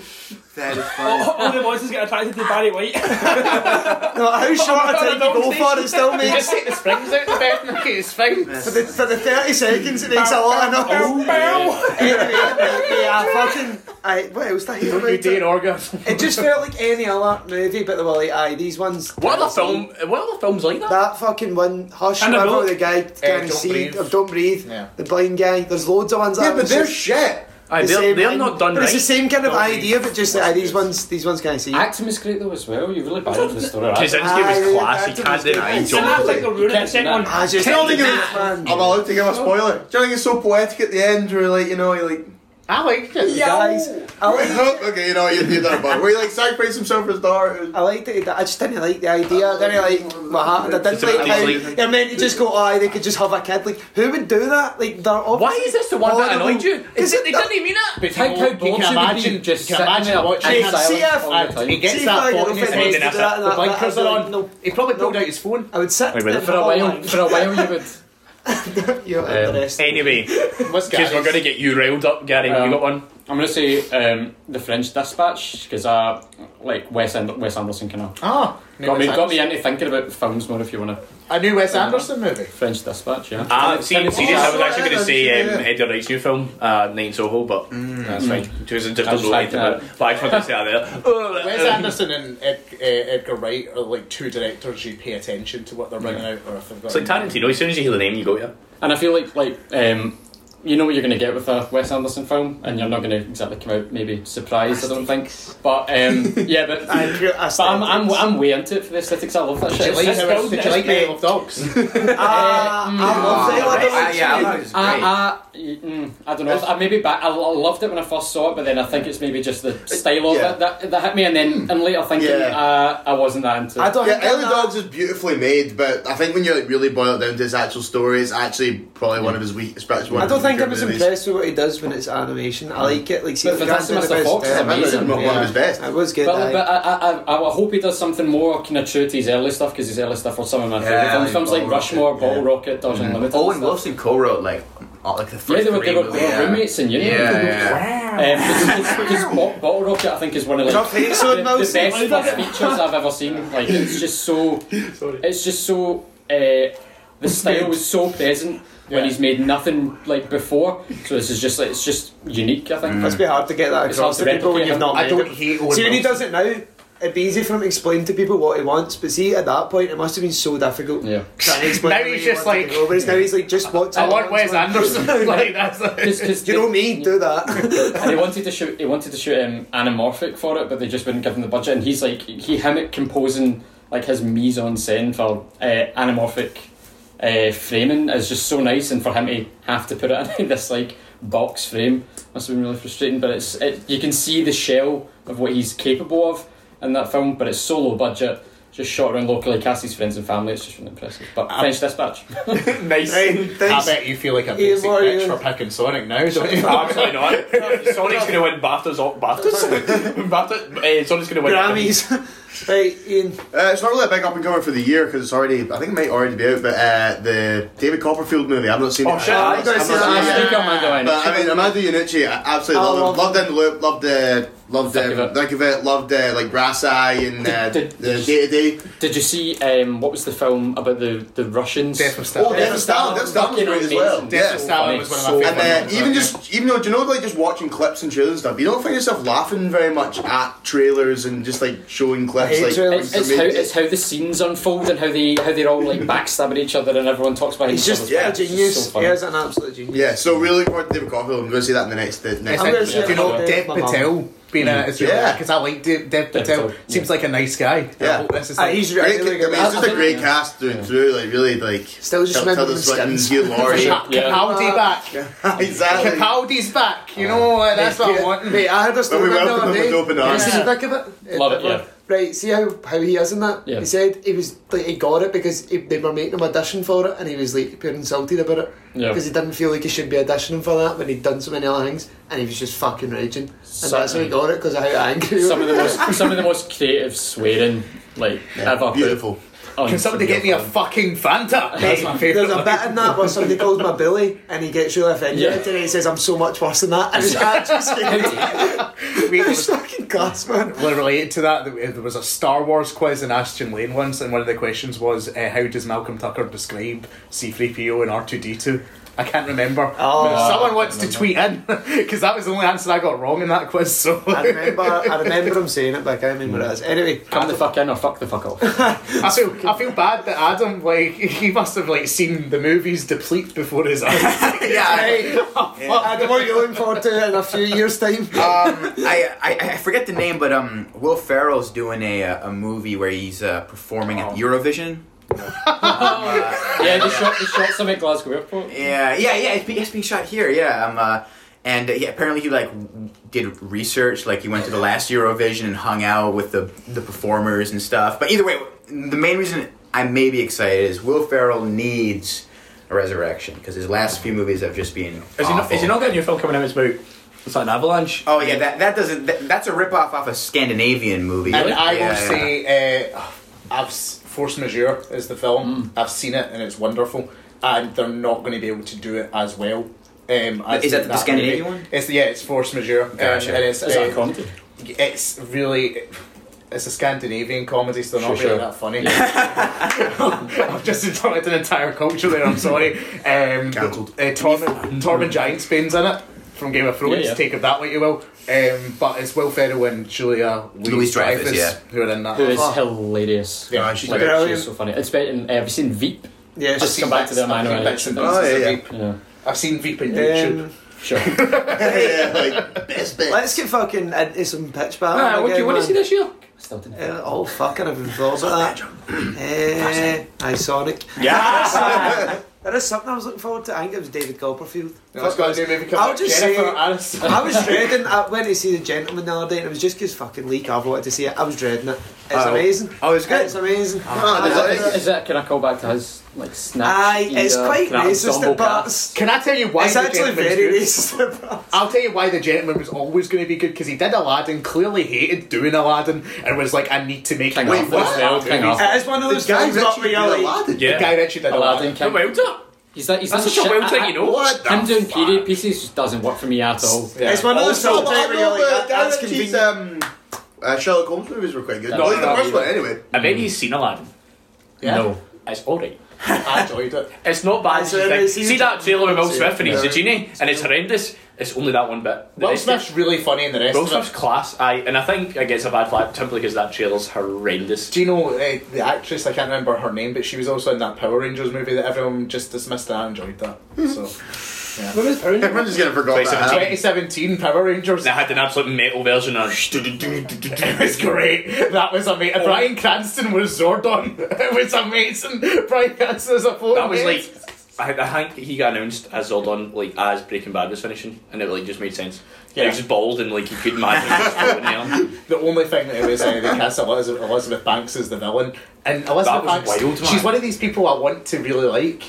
Speaker 7: That is funny.
Speaker 6: All the voices get attracted to Barry White.
Speaker 2: No, how short a time you go for it still makes
Speaker 3: Just take the springs out the bed and okay, it's fine.
Speaker 2: for the, for the 30 seconds it makes a lot of noise. Anyway, yeah, fucking. I, what else did I hate about
Speaker 3: You dare
Speaker 2: it?
Speaker 3: orgasm.
Speaker 2: It just felt like any other movie, but they were like, aye, these ones.
Speaker 4: What other film? What other films like that?
Speaker 2: That fucking one, Hush,
Speaker 6: And the
Speaker 2: whatever
Speaker 6: book.
Speaker 2: the guy, can
Speaker 3: Don't
Speaker 2: see,
Speaker 3: Breathe.
Speaker 2: of Don't Breathe,
Speaker 3: Yeah.
Speaker 2: the blind guy. There's loads of ones
Speaker 7: Yeah,
Speaker 2: that
Speaker 7: but
Speaker 2: are
Speaker 7: they're
Speaker 2: just-
Speaker 7: shit.
Speaker 5: Aye,
Speaker 2: the
Speaker 5: they're-
Speaker 2: same
Speaker 5: they're
Speaker 2: line.
Speaker 5: not done
Speaker 2: But it's the
Speaker 5: right.
Speaker 2: same kind of
Speaker 5: Don't be-
Speaker 2: idea, but just aye, these ones, these ones can't see.
Speaker 8: Acting was great though as well. You really bought into the story. right?
Speaker 4: Kaczynski
Speaker 2: Aye,
Speaker 4: was class, he
Speaker 2: that's
Speaker 4: can't deny
Speaker 2: amazing.
Speaker 4: he's John.
Speaker 6: I think they're ruining
Speaker 8: can't
Speaker 6: the second
Speaker 8: do
Speaker 6: one.
Speaker 8: that.
Speaker 2: I just
Speaker 7: Do you think it's-
Speaker 2: man.
Speaker 7: I'm allowed to give a spoiler. Do you think it's so poetic at the end, where like you know, you like [LAUGHS]
Speaker 3: I liked it.
Speaker 2: Guys, I like
Speaker 7: okay, you know, you did that, but where he like sacrificed himself for his daughter.
Speaker 2: I liked it. I just didn't like the idea. I didn't like what happened. I didn't like how they're meant to just go, aye, they could just have a kid. Like, who would do that? Like, they're
Speaker 8: Why is this the one that
Speaker 2: horrible.
Speaker 8: annoyed you?
Speaker 2: Is it
Speaker 8: Is it they
Speaker 2: that-
Speaker 8: didn't mean it? But
Speaker 3: think how good you would be just
Speaker 8: can
Speaker 3: sitting
Speaker 8: imagine
Speaker 3: there
Speaker 8: watching
Speaker 3: in
Speaker 8: it
Speaker 3: silence
Speaker 2: See if-
Speaker 8: all the time.
Speaker 3: He gets
Speaker 2: See,
Speaker 3: that
Speaker 2: like,
Speaker 3: thought
Speaker 2: if
Speaker 3: in his
Speaker 2: it
Speaker 3: head.
Speaker 2: was to do that,
Speaker 3: The
Speaker 2: that-
Speaker 3: blinkers
Speaker 2: that-
Speaker 3: are on.
Speaker 2: no.
Speaker 3: He probably pulled
Speaker 2: No.
Speaker 3: out his phone.
Speaker 2: I would sit
Speaker 4: Wait, wait,
Speaker 2: in
Speaker 4: for
Speaker 8: For a
Speaker 2: the
Speaker 8: while,
Speaker 2: hallway.
Speaker 8: for a while you would.
Speaker 2: [LAUGHS] You're um,
Speaker 4: Anyway,
Speaker 8: What's
Speaker 4: because we're going to get you riled up, Gary.
Speaker 8: Um,
Speaker 4: you got one?
Speaker 8: I'm gonna say um, the French Dispatch because uh, like Wes, End- Wes Anderson kind of
Speaker 3: Ah,
Speaker 8: got me
Speaker 3: Wes
Speaker 8: got me
Speaker 3: Anderson.
Speaker 8: into thinking about films more. If you want a
Speaker 3: A new Wes Anderson
Speaker 8: [CLEARS THROAT]
Speaker 3: movie.
Speaker 8: French Dispatch, yeah.
Speaker 3: Um,
Speaker 4: Ah, see, see,
Speaker 8: Tennessee
Speaker 4: this, I was
Speaker 8: Dispatch.
Speaker 4: actually going to say um, Edgar Wright's new film, uh, Nine Soho, but
Speaker 3: Mm.
Speaker 4: that's fine. It was just
Speaker 8: I was
Speaker 4: a little
Speaker 8: like
Speaker 4: about it. But I just wanted to say that there. oh,
Speaker 3: Wes Anderson and Ed, uh, Edgar Wright are like two directors you pay attention to what they're bringing out, or if they've got.
Speaker 4: It's like Tarantino. As soon as you hear the name, you go, yeah.
Speaker 8: And I feel like like um, you know what you're going to get with a Wes Anderson film, and you're not going to exactly come out maybe surprised. I don't think. But um, yeah, but,
Speaker 2: Aye, pure
Speaker 8: but I'm, I'm
Speaker 2: aesthetics.
Speaker 8: I'm way into it for the aesthetics. I love that shit.
Speaker 3: Did you like
Speaker 8: It's just uh,
Speaker 3: how-
Speaker 8: building
Speaker 3: did you like
Speaker 8: it.
Speaker 3: Isle of Dogs?
Speaker 8: [LAUGHS]
Speaker 2: Ah, I love the
Speaker 5: Ah,
Speaker 2: Isle of
Speaker 5: yeah, I
Speaker 2: Dogs.
Speaker 5: thought it was
Speaker 8: Uh,
Speaker 5: great.
Speaker 8: uh,
Speaker 2: Ah.
Speaker 8: y- mm, I don't know. I maybe back, I, I loved it when I first saw it, but then I think it's maybe just
Speaker 2: Uh,
Speaker 8: the style of
Speaker 7: yeah.
Speaker 8: it that, that hit me, and then and later thinking
Speaker 7: Yeah.
Speaker 8: uh, I wasn't that into.
Speaker 2: Hmm. I
Speaker 8: it.
Speaker 2: don't
Speaker 7: Yeah,
Speaker 2: think
Speaker 7: Early
Speaker 2: I'm
Speaker 7: Dogs is beautifully made, but I think when you like really boil it down to its actual story, it's actually probably one of his weak. It's probably one
Speaker 2: I
Speaker 7: of
Speaker 2: don't
Speaker 7: his
Speaker 2: think I
Speaker 7: weaker
Speaker 2: was
Speaker 7: movies.
Speaker 2: impressed with what he does when it's animation. I like it. Like, see,
Speaker 8: Mm. But
Speaker 2: the
Speaker 8: Fantastic
Speaker 2: Grand
Speaker 8: Mr.
Speaker 2: Budapest
Speaker 8: Fox is
Speaker 2: Hotel.
Speaker 7: It's
Speaker 8: amazing.
Speaker 7: one of his best.
Speaker 2: It was good.
Speaker 8: But, uh,
Speaker 2: aye.
Speaker 8: but I, I, I, I hope he does something more kind of true to his early stuff because his early stuff were some of my
Speaker 5: Yeah,
Speaker 8: favourite films.
Speaker 5: like
Speaker 8: Films like
Speaker 5: Bottle
Speaker 8: Rushmore,
Speaker 5: Rocket, yeah.
Speaker 8: Bottle Rocket, Dodge
Speaker 2: Mm-hmm.
Speaker 8: Unlimited. and
Speaker 5: Owen
Speaker 8: stuff.
Speaker 5: Wilson co-wrote like all, like the
Speaker 8: Yeah,
Speaker 5: first
Speaker 8: they were,
Speaker 5: three
Speaker 8: they were,
Speaker 5: movies.
Speaker 8: they were roommates in Um, uni.
Speaker 5: Yeah, yeah.
Speaker 8: Because Bottle Rocket, I think, is one of like,
Speaker 2: Drop hate
Speaker 8: the,
Speaker 2: on
Speaker 8: the
Speaker 2: Nelson.
Speaker 8: best first features I've ever seen. Like it's just so, it's just so. Uh, the style was so present
Speaker 3: Yeah.
Speaker 8: when he's made nothing like before. So this is just like it's just unique. I think.
Speaker 2: Must be hard to get that
Speaker 8: It's
Speaker 2: across
Speaker 8: hard
Speaker 2: to
Speaker 8: to
Speaker 2: people when
Speaker 8: replicate
Speaker 2: you've not
Speaker 3: I
Speaker 2: made
Speaker 3: don't
Speaker 2: it.
Speaker 3: hate Owen
Speaker 2: See, when he does
Speaker 3: Wilson.
Speaker 2: it now, it'd be easy for him to explain to people what he wants, but see, at that point, it must have been so difficult.
Speaker 8: Yeah.
Speaker 2: Trying to explain
Speaker 3: Now
Speaker 2: what
Speaker 3: he's
Speaker 2: he
Speaker 3: just
Speaker 2: wants to
Speaker 3: like-
Speaker 2: do, whereas now he's like, just watch
Speaker 3: I
Speaker 2: it.
Speaker 3: want Wes Anderson. [LAUGHS]
Speaker 4: [LAUGHS]
Speaker 3: like that's.
Speaker 8: Cause,
Speaker 2: [LAUGHS]
Speaker 8: 'cause
Speaker 2: You know me, do
Speaker 3: [LAUGHS]
Speaker 2: that.
Speaker 8: they wanted to shoot. They wanted to shoot um, anamorphic for it, but they just wouldn't give him the budget. And he's like, he him composing like his mise en scène for uh, anamorphic uh, framing is just so nice. And for him to have to put it [LAUGHS] in this like box frame must have been really frustrating. But it's it, you can see the shell of what he's capable of in that film. But it's so low budget. Just shot around locally, cast his friends and family. It's just really impressive. But
Speaker 3: Ah.
Speaker 8: French
Speaker 3: [LAUGHS]
Speaker 8: Dispatch.
Speaker 4: Nice.
Speaker 2: Right,
Speaker 3: I
Speaker 2: thanks.
Speaker 3: bet you feel like a
Speaker 2: Ian
Speaker 3: basic
Speaker 2: Warrior.
Speaker 3: bitch for picking Sonic now, don't you?
Speaker 4: Absolutely not. Sonic's going to win BAFTAs. All,
Speaker 3: [LAUGHS]
Speaker 4: BAFTAs? [LAUGHS] BAFTA, uh, Sonic's going to win.
Speaker 2: Grammys. right, Ian.
Speaker 7: Uh, it's not really a big up and coming for the year because it's already. I think it might already be out. But uh, the David Copperfield movie, I've not seen
Speaker 4: Oh,
Speaker 7: it.
Speaker 4: shit,
Speaker 7: I've
Speaker 4: I've
Speaker 7: not-
Speaker 2: gotta
Speaker 7: I've
Speaker 2: see
Speaker 7: not
Speaker 2: that.
Speaker 7: seen it yet.
Speaker 8: Speak your mind, Owen.
Speaker 7: But I mean, Amanda Iannucci, I absolutely
Speaker 2: I
Speaker 7: loved
Speaker 2: love
Speaker 7: him. Loved In the Loop, loved the. Loved
Speaker 8: Oh, Think of
Speaker 7: the.
Speaker 8: It.
Speaker 7: Think of it. Loved uh, like Brass Eye and uh,
Speaker 8: Did- did-
Speaker 7: the Day to Day.
Speaker 8: Did you see um, what was the film about the the
Speaker 3: [LAUGHS]
Speaker 8: Russians?
Speaker 3: Death of
Speaker 7: Oh,
Speaker 3: Stalin.
Speaker 7: Death of Stalin. Death of Stalin was
Speaker 8: Fucking
Speaker 7: great as well.
Speaker 8: amazing.
Speaker 7: Yeah.
Speaker 3: Death of Stalin was one of my
Speaker 8: So-
Speaker 3: favourite.
Speaker 7: And uh,
Speaker 3: films,
Speaker 7: even
Speaker 3: yeah.
Speaker 7: just, even though do you know, like just watching clips and trailers and stuff, you don't find yourself laughing very much at trailers and just like showing clips.
Speaker 2: hate
Speaker 7: Like
Speaker 2: trailers.
Speaker 8: It's, it's how it's how the scenes unfold and how they how they're all like backstabbing each other and everyone talks behind
Speaker 2: He's
Speaker 8: each
Speaker 2: just
Speaker 8: other's
Speaker 7: yeah,
Speaker 2: a
Speaker 8: back. It's
Speaker 2: genius.
Speaker 8: so
Speaker 2: he
Speaker 8: funny.
Speaker 2: is an absolute genius.
Speaker 7: yeah, so really looking forward to David Copperfield. I'm going to see that in the next the next.
Speaker 3: I
Speaker 2: I'm gonna
Speaker 3: think,
Speaker 2: say
Speaker 3: you know,
Speaker 2: it.
Speaker 3: Dev
Speaker 2: My mum.
Speaker 3: Patel being in it is really
Speaker 7: Yeah.
Speaker 3: because I like Dev, Dev Patel.
Speaker 8: Patel,
Speaker 3: Seems like a nice guy.
Speaker 7: Yeah.
Speaker 3: I hope this is
Speaker 2: Ah,
Speaker 3: like-
Speaker 2: he's
Speaker 7: Great,
Speaker 2: really
Speaker 7: I
Speaker 2: good.
Speaker 7: mean, it's just a great
Speaker 8: think-
Speaker 7: cast through and through. Like really, like
Speaker 2: Still just
Speaker 7: Tell- tell
Speaker 2: remember
Speaker 7: the
Speaker 2: the
Speaker 7: Swintons,
Speaker 2: skins.
Speaker 7: Hugh Laurie.
Speaker 3: Ca-
Speaker 8: Yeah.
Speaker 3: ah, Capaldi
Speaker 2: Ah.
Speaker 3: back.
Speaker 7: exactly.
Speaker 3: Capaldi's back. You know, like, that's what I want.
Speaker 2: Mate, I had a
Speaker 7: When we
Speaker 2: story the
Speaker 7: welcome
Speaker 2: other
Speaker 7: them with
Speaker 2: day.
Speaker 7: open arms.
Speaker 2: See the back of it?
Speaker 8: Love it, yeah.
Speaker 2: Right, see how, how he is in that?
Speaker 8: Yeah.
Speaker 2: He said he was like he got it because he, they were making him audition for it and he was like pure insulted about it.
Speaker 8: Yeah.
Speaker 2: Because he didn't feel like he should be auditioning for that when he'd done so many other things and he was just fucking raging. And that's how he got it because of how angry he
Speaker 8: Some of
Speaker 2: was.
Speaker 8: the most some of the most creative swearing like ever. Oh, put
Speaker 7: Beautiful.
Speaker 8: on
Speaker 3: Can somebody
Speaker 8: video
Speaker 3: get me a
Speaker 8: film.
Speaker 3: fucking Fanta? That's my
Speaker 2: There's a
Speaker 3: favourite.
Speaker 2: bit in that where somebody calls my Billy and he gets really offended
Speaker 8: Yeah.
Speaker 2: and he says, I'm so much worse than that. And it's
Speaker 8: [LAUGHS]
Speaker 2: actually it's fucking class, man.
Speaker 3: Well, related to that, there there was a Star Wars quiz in Ashton Lane once, and one of the questions was, uh, "How does Malcolm Tucker describe C three PO and R two D 2 I can't remember. Oh, Someone wants to tweet in [LAUGHS] because that was the only answer I got wrong in that quiz. So
Speaker 2: I remember, I remember him saying it, but I can't remember what it is. Anyway,
Speaker 8: Come the fuck in or fuck the fuck off.
Speaker 3: I feel I feel bad that Adam like he must have like seen the movies deplete before his
Speaker 5: [LAUGHS]
Speaker 3: eyes.
Speaker 5: [LAUGHS] yeah.
Speaker 2: Adam, what are you looking forward to in a few years'
Speaker 8: [LAUGHS]
Speaker 2: time?
Speaker 5: um, I, I I forget the name, but um, Will Ferrell's doing a uh, a movie where he's uh, performing
Speaker 4: Oh.
Speaker 5: at Eurovision.
Speaker 8: yeah, they shot they shot some at Glasgow Airport.
Speaker 5: Yeah, yeah, yeah. It's, be- it's being shot here. Yeah. Um. Uh, and uh, yeah, apparently he like w- did research. Like he went to the last Eurovision and hung out with the the performers and stuff. But either way, the main reason I may be excited is Will Ferrell needs a resurrection because his last few movies have just been.
Speaker 4: Is he, not,
Speaker 5: awful.
Speaker 4: is he not got a new film coming out? It's about it's like an avalanche.
Speaker 5: Oh yeah, that that doesn't. That, that's a rip off off a Scandinavian movie.
Speaker 3: And I
Speaker 5: Yeah,
Speaker 3: will
Speaker 5: yeah. Mm.
Speaker 3: say, uh, I've s- Force Majeure is the film. I've seen it and it's wonderful. And they're not going to be able to do it as well. Um, as
Speaker 5: Is that
Speaker 3: did
Speaker 5: the Scandinavian
Speaker 3: movie.
Speaker 5: one?
Speaker 3: It's yeah, it's Force Majeure. um,
Speaker 5: Gotcha.
Speaker 3: and it's,
Speaker 8: Is that
Speaker 3: uh,
Speaker 8: a comedy?
Speaker 3: It's really. It's a Scandinavian comedy, so they're not
Speaker 8: Sure,
Speaker 3: really
Speaker 8: sure.
Speaker 3: that funny. [LAUGHS] I've just interrupted an entire culture there. I'm sorry. Um,
Speaker 7: Cancelled.
Speaker 3: Uh, Tormund, Tormund Giantsbane's in it from Game of Thrones.
Speaker 8: Yeah, yeah.
Speaker 3: Take it that way you will. Um, but it's Will Ferrell and Julia
Speaker 5: Louis Dreyfus,
Speaker 3: Dreyfus,
Speaker 5: yeah.
Speaker 3: who are in that.
Speaker 8: Who is hilarious.
Speaker 3: Yeah,
Speaker 7: she's
Speaker 8: Like,
Speaker 2: great.
Speaker 8: she's so funny. It's better in, uh, have you seen Veep?
Speaker 2: yeah,
Speaker 8: Just
Speaker 2: she's-
Speaker 8: come back to their minor
Speaker 3: I've seen bits and
Speaker 7: Oh,
Speaker 3: pieces
Speaker 7: yeah,
Speaker 3: of
Speaker 7: yeah.
Speaker 3: Veep.
Speaker 8: Yeah.
Speaker 3: I've seen Veep and
Speaker 2: Um,
Speaker 3: YouTube.
Speaker 2: [LAUGHS]
Speaker 8: Sure.
Speaker 7: yeah, like best bit.
Speaker 2: Let's get fucking into some pitch battle.
Speaker 8: Ah, what do
Speaker 2: again,
Speaker 8: you want to
Speaker 2: man.
Speaker 8: see this year? I still didn't.
Speaker 2: Uh, oh fucking! I've been thought about that. uh, I Sonic. [LAUGHS] There is something I was looking forward to. I think it was David Copperfield.
Speaker 3: That's got a new movie coming
Speaker 2: I'll
Speaker 3: out,
Speaker 2: just
Speaker 3: Jennifer
Speaker 2: say-
Speaker 3: Aniston.
Speaker 2: I was dreading. I went to see the Gentleman the other day, and it was just because fucking Lee Carver wanted to see it. I was dreading it. It's
Speaker 5: Oh.
Speaker 2: amazing.
Speaker 5: Oh, it's good.
Speaker 2: It's amazing.
Speaker 7: Ah, there's
Speaker 2: Aye,
Speaker 7: a-
Speaker 8: Is that can I call back to his like uh, snap?
Speaker 2: Aye, it's quite racist at parts.
Speaker 3: Can I tell you why
Speaker 2: It's
Speaker 3: the
Speaker 2: actually
Speaker 3: Gentleman's
Speaker 2: very
Speaker 3: good?
Speaker 2: racist at parts.
Speaker 3: I'll tell you why the gentleman was always going to be good because he did Aladdin, clearly hated doing Aladdin, and was like, "I need to make."
Speaker 8: King
Speaker 3: another
Speaker 8: Arthur as well,
Speaker 3: Aladdin
Speaker 8: King
Speaker 3: movie."
Speaker 8: Arthur.
Speaker 2: It is one of those
Speaker 7: Guy
Speaker 2: things up where
Speaker 7: Ritchie
Speaker 2: you're
Speaker 7: did
Speaker 2: like,
Speaker 7: Aladdin.
Speaker 4: Yeah.
Speaker 3: Guy Ritchie did
Speaker 8: Aladdin
Speaker 3: Aladdin.
Speaker 8: King. He's that he's
Speaker 4: That's
Speaker 8: that
Speaker 4: such a
Speaker 8: shit.
Speaker 4: wild thing,
Speaker 8: I-
Speaker 4: you know.
Speaker 7: What the
Speaker 8: Him doing
Speaker 7: fuck?
Speaker 8: period pieces just doesn't work for me at all.
Speaker 3: Yeah.
Speaker 2: it's one of those
Speaker 7: Also,
Speaker 2: sort of
Speaker 7: I
Speaker 2: things where you're
Speaker 7: know
Speaker 2: like,
Speaker 7: the
Speaker 2: that, that's
Speaker 7: Guy Ritchie's
Speaker 2: convenient.
Speaker 7: um, uh, Sherlock Holmes movies were quite good.
Speaker 8: No,
Speaker 7: Like the
Speaker 8: no,
Speaker 7: first
Speaker 8: no.
Speaker 7: one, anyway.
Speaker 4: Have any seen Aladdin?
Speaker 3: Yeah.
Speaker 8: No.
Speaker 4: It's alright.
Speaker 3: I enjoyed it.
Speaker 4: It's not bad. as you
Speaker 2: Has
Speaker 4: think.
Speaker 2: anybody seen
Speaker 4: See
Speaker 2: it?
Speaker 4: that trailer with Will
Speaker 2: Yeah.
Speaker 4: Smith and he's a
Speaker 2: Yeah.
Speaker 4: genie, and it's horrendous. It's only that one bit. The
Speaker 3: Will
Speaker 4: rest
Speaker 3: Smith's really funny in the
Speaker 4: of-
Speaker 3: rest
Speaker 4: Will
Speaker 3: of it.
Speaker 4: Smith's class, aye, and I think it gets a bad flag simply because that trailer's horrendous.
Speaker 3: Do you know uh, the actress? I can't remember her name, but she was also in that Power Rangers movie that everyone just dismissed. And I enjoyed that.
Speaker 8: [LAUGHS]
Speaker 3: So,
Speaker 7: Everyone's just gonna forgot
Speaker 4: Place
Speaker 7: that.
Speaker 8: Um,
Speaker 4: of
Speaker 7: happened.
Speaker 3: 2017 Power Rangers.
Speaker 4: They had an absolute metal version of.
Speaker 3: [LAUGHS] It was great. That was amazing. Brian Cranston was Zordon. [LAUGHS] It was amazing. Brian Cranston as a phone.
Speaker 4: That was like. I, I think he got announced as Zordon like as Breaking Bad was finishing, and it like just made sense.
Speaker 3: Yeah.
Speaker 4: He was bald and like he couldn't manage. he was floating there.
Speaker 2: [LAUGHS]
Speaker 3: the only thing that it was uh, they cast Elizabeth, Elizabeth Banks as the villain, and Elizabeth
Speaker 4: That was
Speaker 3: Banks.
Speaker 4: wild, man.
Speaker 3: She's one of these people I want to really like.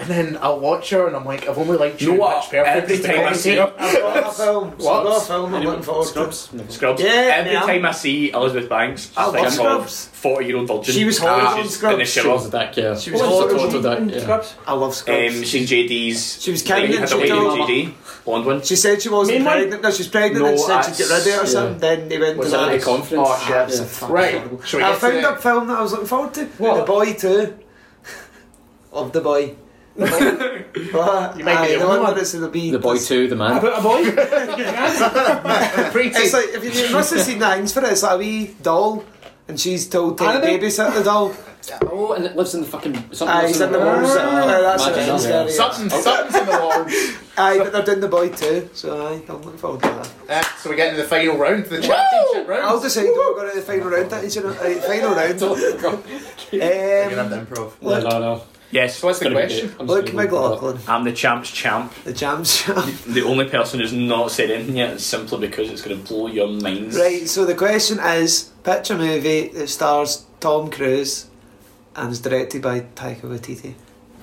Speaker 3: And then I'll watch her and I'm like, I've only liked
Speaker 4: You know
Speaker 3: you
Speaker 4: what?
Speaker 3: Pitch Perfect
Speaker 4: Every
Speaker 3: as the
Speaker 4: time I
Speaker 3: commentator.
Speaker 4: see her-
Speaker 2: I've got a film. I've got a film I'm looking
Speaker 8: Anyone-
Speaker 2: forward to.
Speaker 8: Scrubs? No.
Speaker 4: Scrubs.
Speaker 2: Yeah,
Speaker 4: Every
Speaker 2: man.
Speaker 4: time I see Elizabeth Banks,
Speaker 2: I
Speaker 4: she's like
Speaker 2: love
Speaker 4: a
Speaker 2: Scrubs.
Speaker 4: forty-year-old virgin. Ah,
Speaker 2: She was horrible on
Speaker 4: She's in the
Speaker 2: Scrubs.
Speaker 8: She
Speaker 4: shower.
Speaker 8: was a dick, yeah. She
Speaker 2: was
Speaker 8: a
Speaker 2: horrible.
Speaker 8: total dick, yeah.
Speaker 2: I love Scrubs.
Speaker 4: Um, she's JD's.
Speaker 2: She was carrying
Speaker 4: the
Speaker 2: a child.
Speaker 4: JD, blonde one.
Speaker 2: She said she wasn't
Speaker 4: Meanwhile-
Speaker 2: pregnant. No, she's pregnant
Speaker 4: No,
Speaker 2: and said she'd get rid of it or
Speaker 8: that's-
Speaker 2: something. Then they went to
Speaker 8: Was that
Speaker 2: that.
Speaker 8: at a conference?
Speaker 3: Oh, shit.
Speaker 2: It's a fucking
Speaker 3: Right.
Speaker 2: horrible-
Speaker 3: Shall we
Speaker 2: I
Speaker 3: get to
Speaker 2: found
Speaker 3: the-
Speaker 2: a film that I was looking forward to.
Speaker 8: What?
Speaker 2: The Boy [LAUGHS] 2. of The [LAUGHS] Boy. Well,
Speaker 3: You might be
Speaker 2: aye, the
Speaker 3: the only
Speaker 2: one
Speaker 3: one.
Speaker 2: where it's in the bee.
Speaker 8: The boy too, the man.
Speaker 6: About a boy?
Speaker 2: It's like, if you, you must have seen the hands for it, it's like a wee doll and she's told to
Speaker 6: Annabelle?
Speaker 2: babysit the doll.
Speaker 8: Oh, and it lives in the fucking. something
Speaker 2: Aye,
Speaker 8: lives
Speaker 2: he's in Ah, the walls. Aye, that's it,
Speaker 8: Imagine
Speaker 2: it's scary.
Speaker 8: that.
Speaker 3: Something, something's in the walls.
Speaker 2: Aye, but they're doing The Boy 2, so aye, I'm looking forward to that.
Speaker 3: [LAUGHS] Uh, so we get into the final round, the championship
Speaker 2: I'll
Speaker 3: round.
Speaker 2: decide when we're going to the final round. That is, you know, uh, final round.
Speaker 8: Oh, God.
Speaker 7: You're gonna
Speaker 2: Um,
Speaker 7: have to improv.
Speaker 8: No, no, no.
Speaker 4: Yes, what's
Speaker 8: Gonna be
Speaker 3: question?
Speaker 8: great. I'm
Speaker 2: Luke
Speaker 8: just gonna look it up.
Speaker 2: McLaughlin,
Speaker 4: I'm the champ's champ.
Speaker 2: the jam
Speaker 7: [LAUGHS]
Speaker 2: shop.
Speaker 4: The only person who's not said anything yet is simply because it's going to blow your minds.
Speaker 2: Right, so the question is pitch a movie that stars Tom Cruise and is directed by Taika Waititi.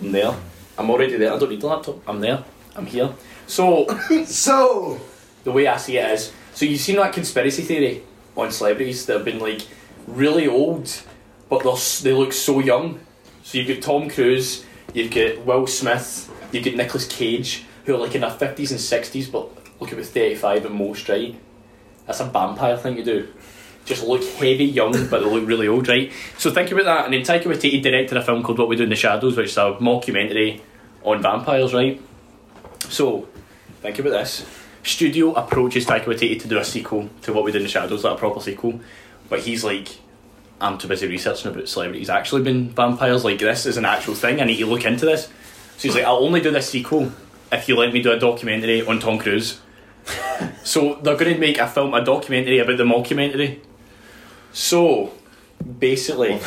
Speaker 4: I'm there. I'm already there. I don't need the laptop. I'm there. I'm here. So
Speaker 2: So,
Speaker 4: the way I see it is, so you've seen that conspiracy theory on celebrities that have been like really old, but they're, s- they look so young. So you've got Tom Cruise, you've got Will Smith, you've got Nicolas Cage, who are like in their fifties and sixties, but look about thirty-five at most, right? That's a vampire thing to do. Just look heavy young, but they look really old, right? So think about that. And then Taika Waititi directed a film called What We Do in the Shadows, which is a mockumentary on vampires, right? So, think about this. Studio approaches Taika Waititi to do a sequel to what we did in the Shadows, like a proper sequel, but he's like, I'm too busy researching about celebrities actually been vampires. Like this is an actual thing. I need to look into this. So he's like, I'll only do this sequel if you let me do a documentary on Tom Cruise. [LAUGHS] so they're going to make a film, a documentary about the mockumentary. So basically,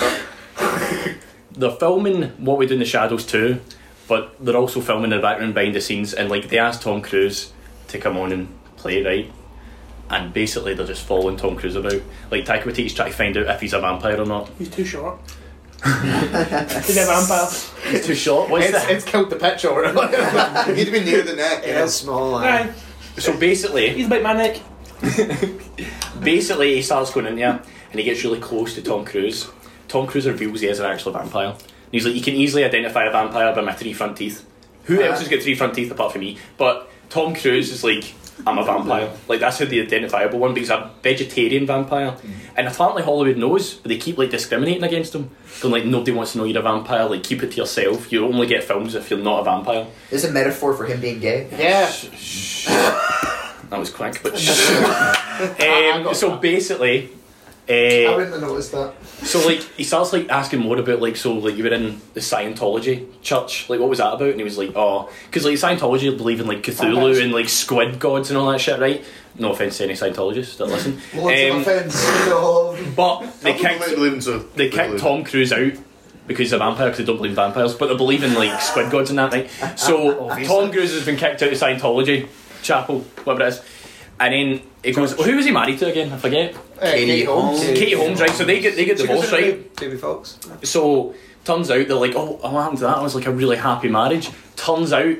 Speaker 4: they're filming what we do in the shadows too, but they're also filming in the background behind the scenes. And like they asked Tom Cruise to come on and play right, and basically they're just following Tom Cruise about. Like Taika Waititi's trying to find out if he's a vampire or not.
Speaker 6: He's too short. He's a vampire.
Speaker 4: He's too short. What's
Speaker 3: It's,
Speaker 4: that?
Speaker 3: it's killed the pitch
Speaker 5: [LAUGHS]
Speaker 3: already.
Speaker 7: He'd be near the neck.
Speaker 2: It is small. aye.
Speaker 6: Aye.
Speaker 4: So basically,
Speaker 6: He's bit my neck.
Speaker 4: basically he starts going in there and he gets really close to Tom Cruise. Tom Cruise reveals he is an actual vampire. And he's like, you can easily identify a vampire by my three front teeth. Who else has got three front teeth apart from me? But Tom Cruise is like, I'm a vampire. Like that's how the identifiable one, but he's a vegetarian vampire. And apparently Hollywood knows, but they keep like discriminating against him. Going like nobody wants to know you're a vampire, like keep it to yourself. You only get films if you're not a vampire.
Speaker 5: This is a metaphor for him being gay.
Speaker 3: yeah.
Speaker 4: That was quick, but [LAUGHS] um, so basically uh,
Speaker 7: I wouldn't have noticed that.
Speaker 4: So like he starts like asking more about like so like you were in the Scientology church like what was that about and he was like oh because like Scientology believe in like Cthulhu and like squid gods and all that shit right no offense to any Scientologists that listen
Speaker 7: Lots
Speaker 4: Um,
Speaker 7: of offence. to all of them.
Speaker 4: but they
Speaker 7: Some people might
Speaker 4: kicked
Speaker 7: believe in so-
Speaker 4: they kicked Tom Cruise out because he's a vampire because they don't believe in vampires but they believe in like squid gods and that right so Tom Cruise has been kicked out of Scientology chapel whatever it is and then it goes who was he married to again I forget
Speaker 5: Katie Holmes.
Speaker 4: Katie Holmes right so they get they get divorced right
Speaker 2: Jamie Fox.
Speaker 4: so turns out they're like, oh, oh, what happened to that? It was like a really happy marriage. Turns out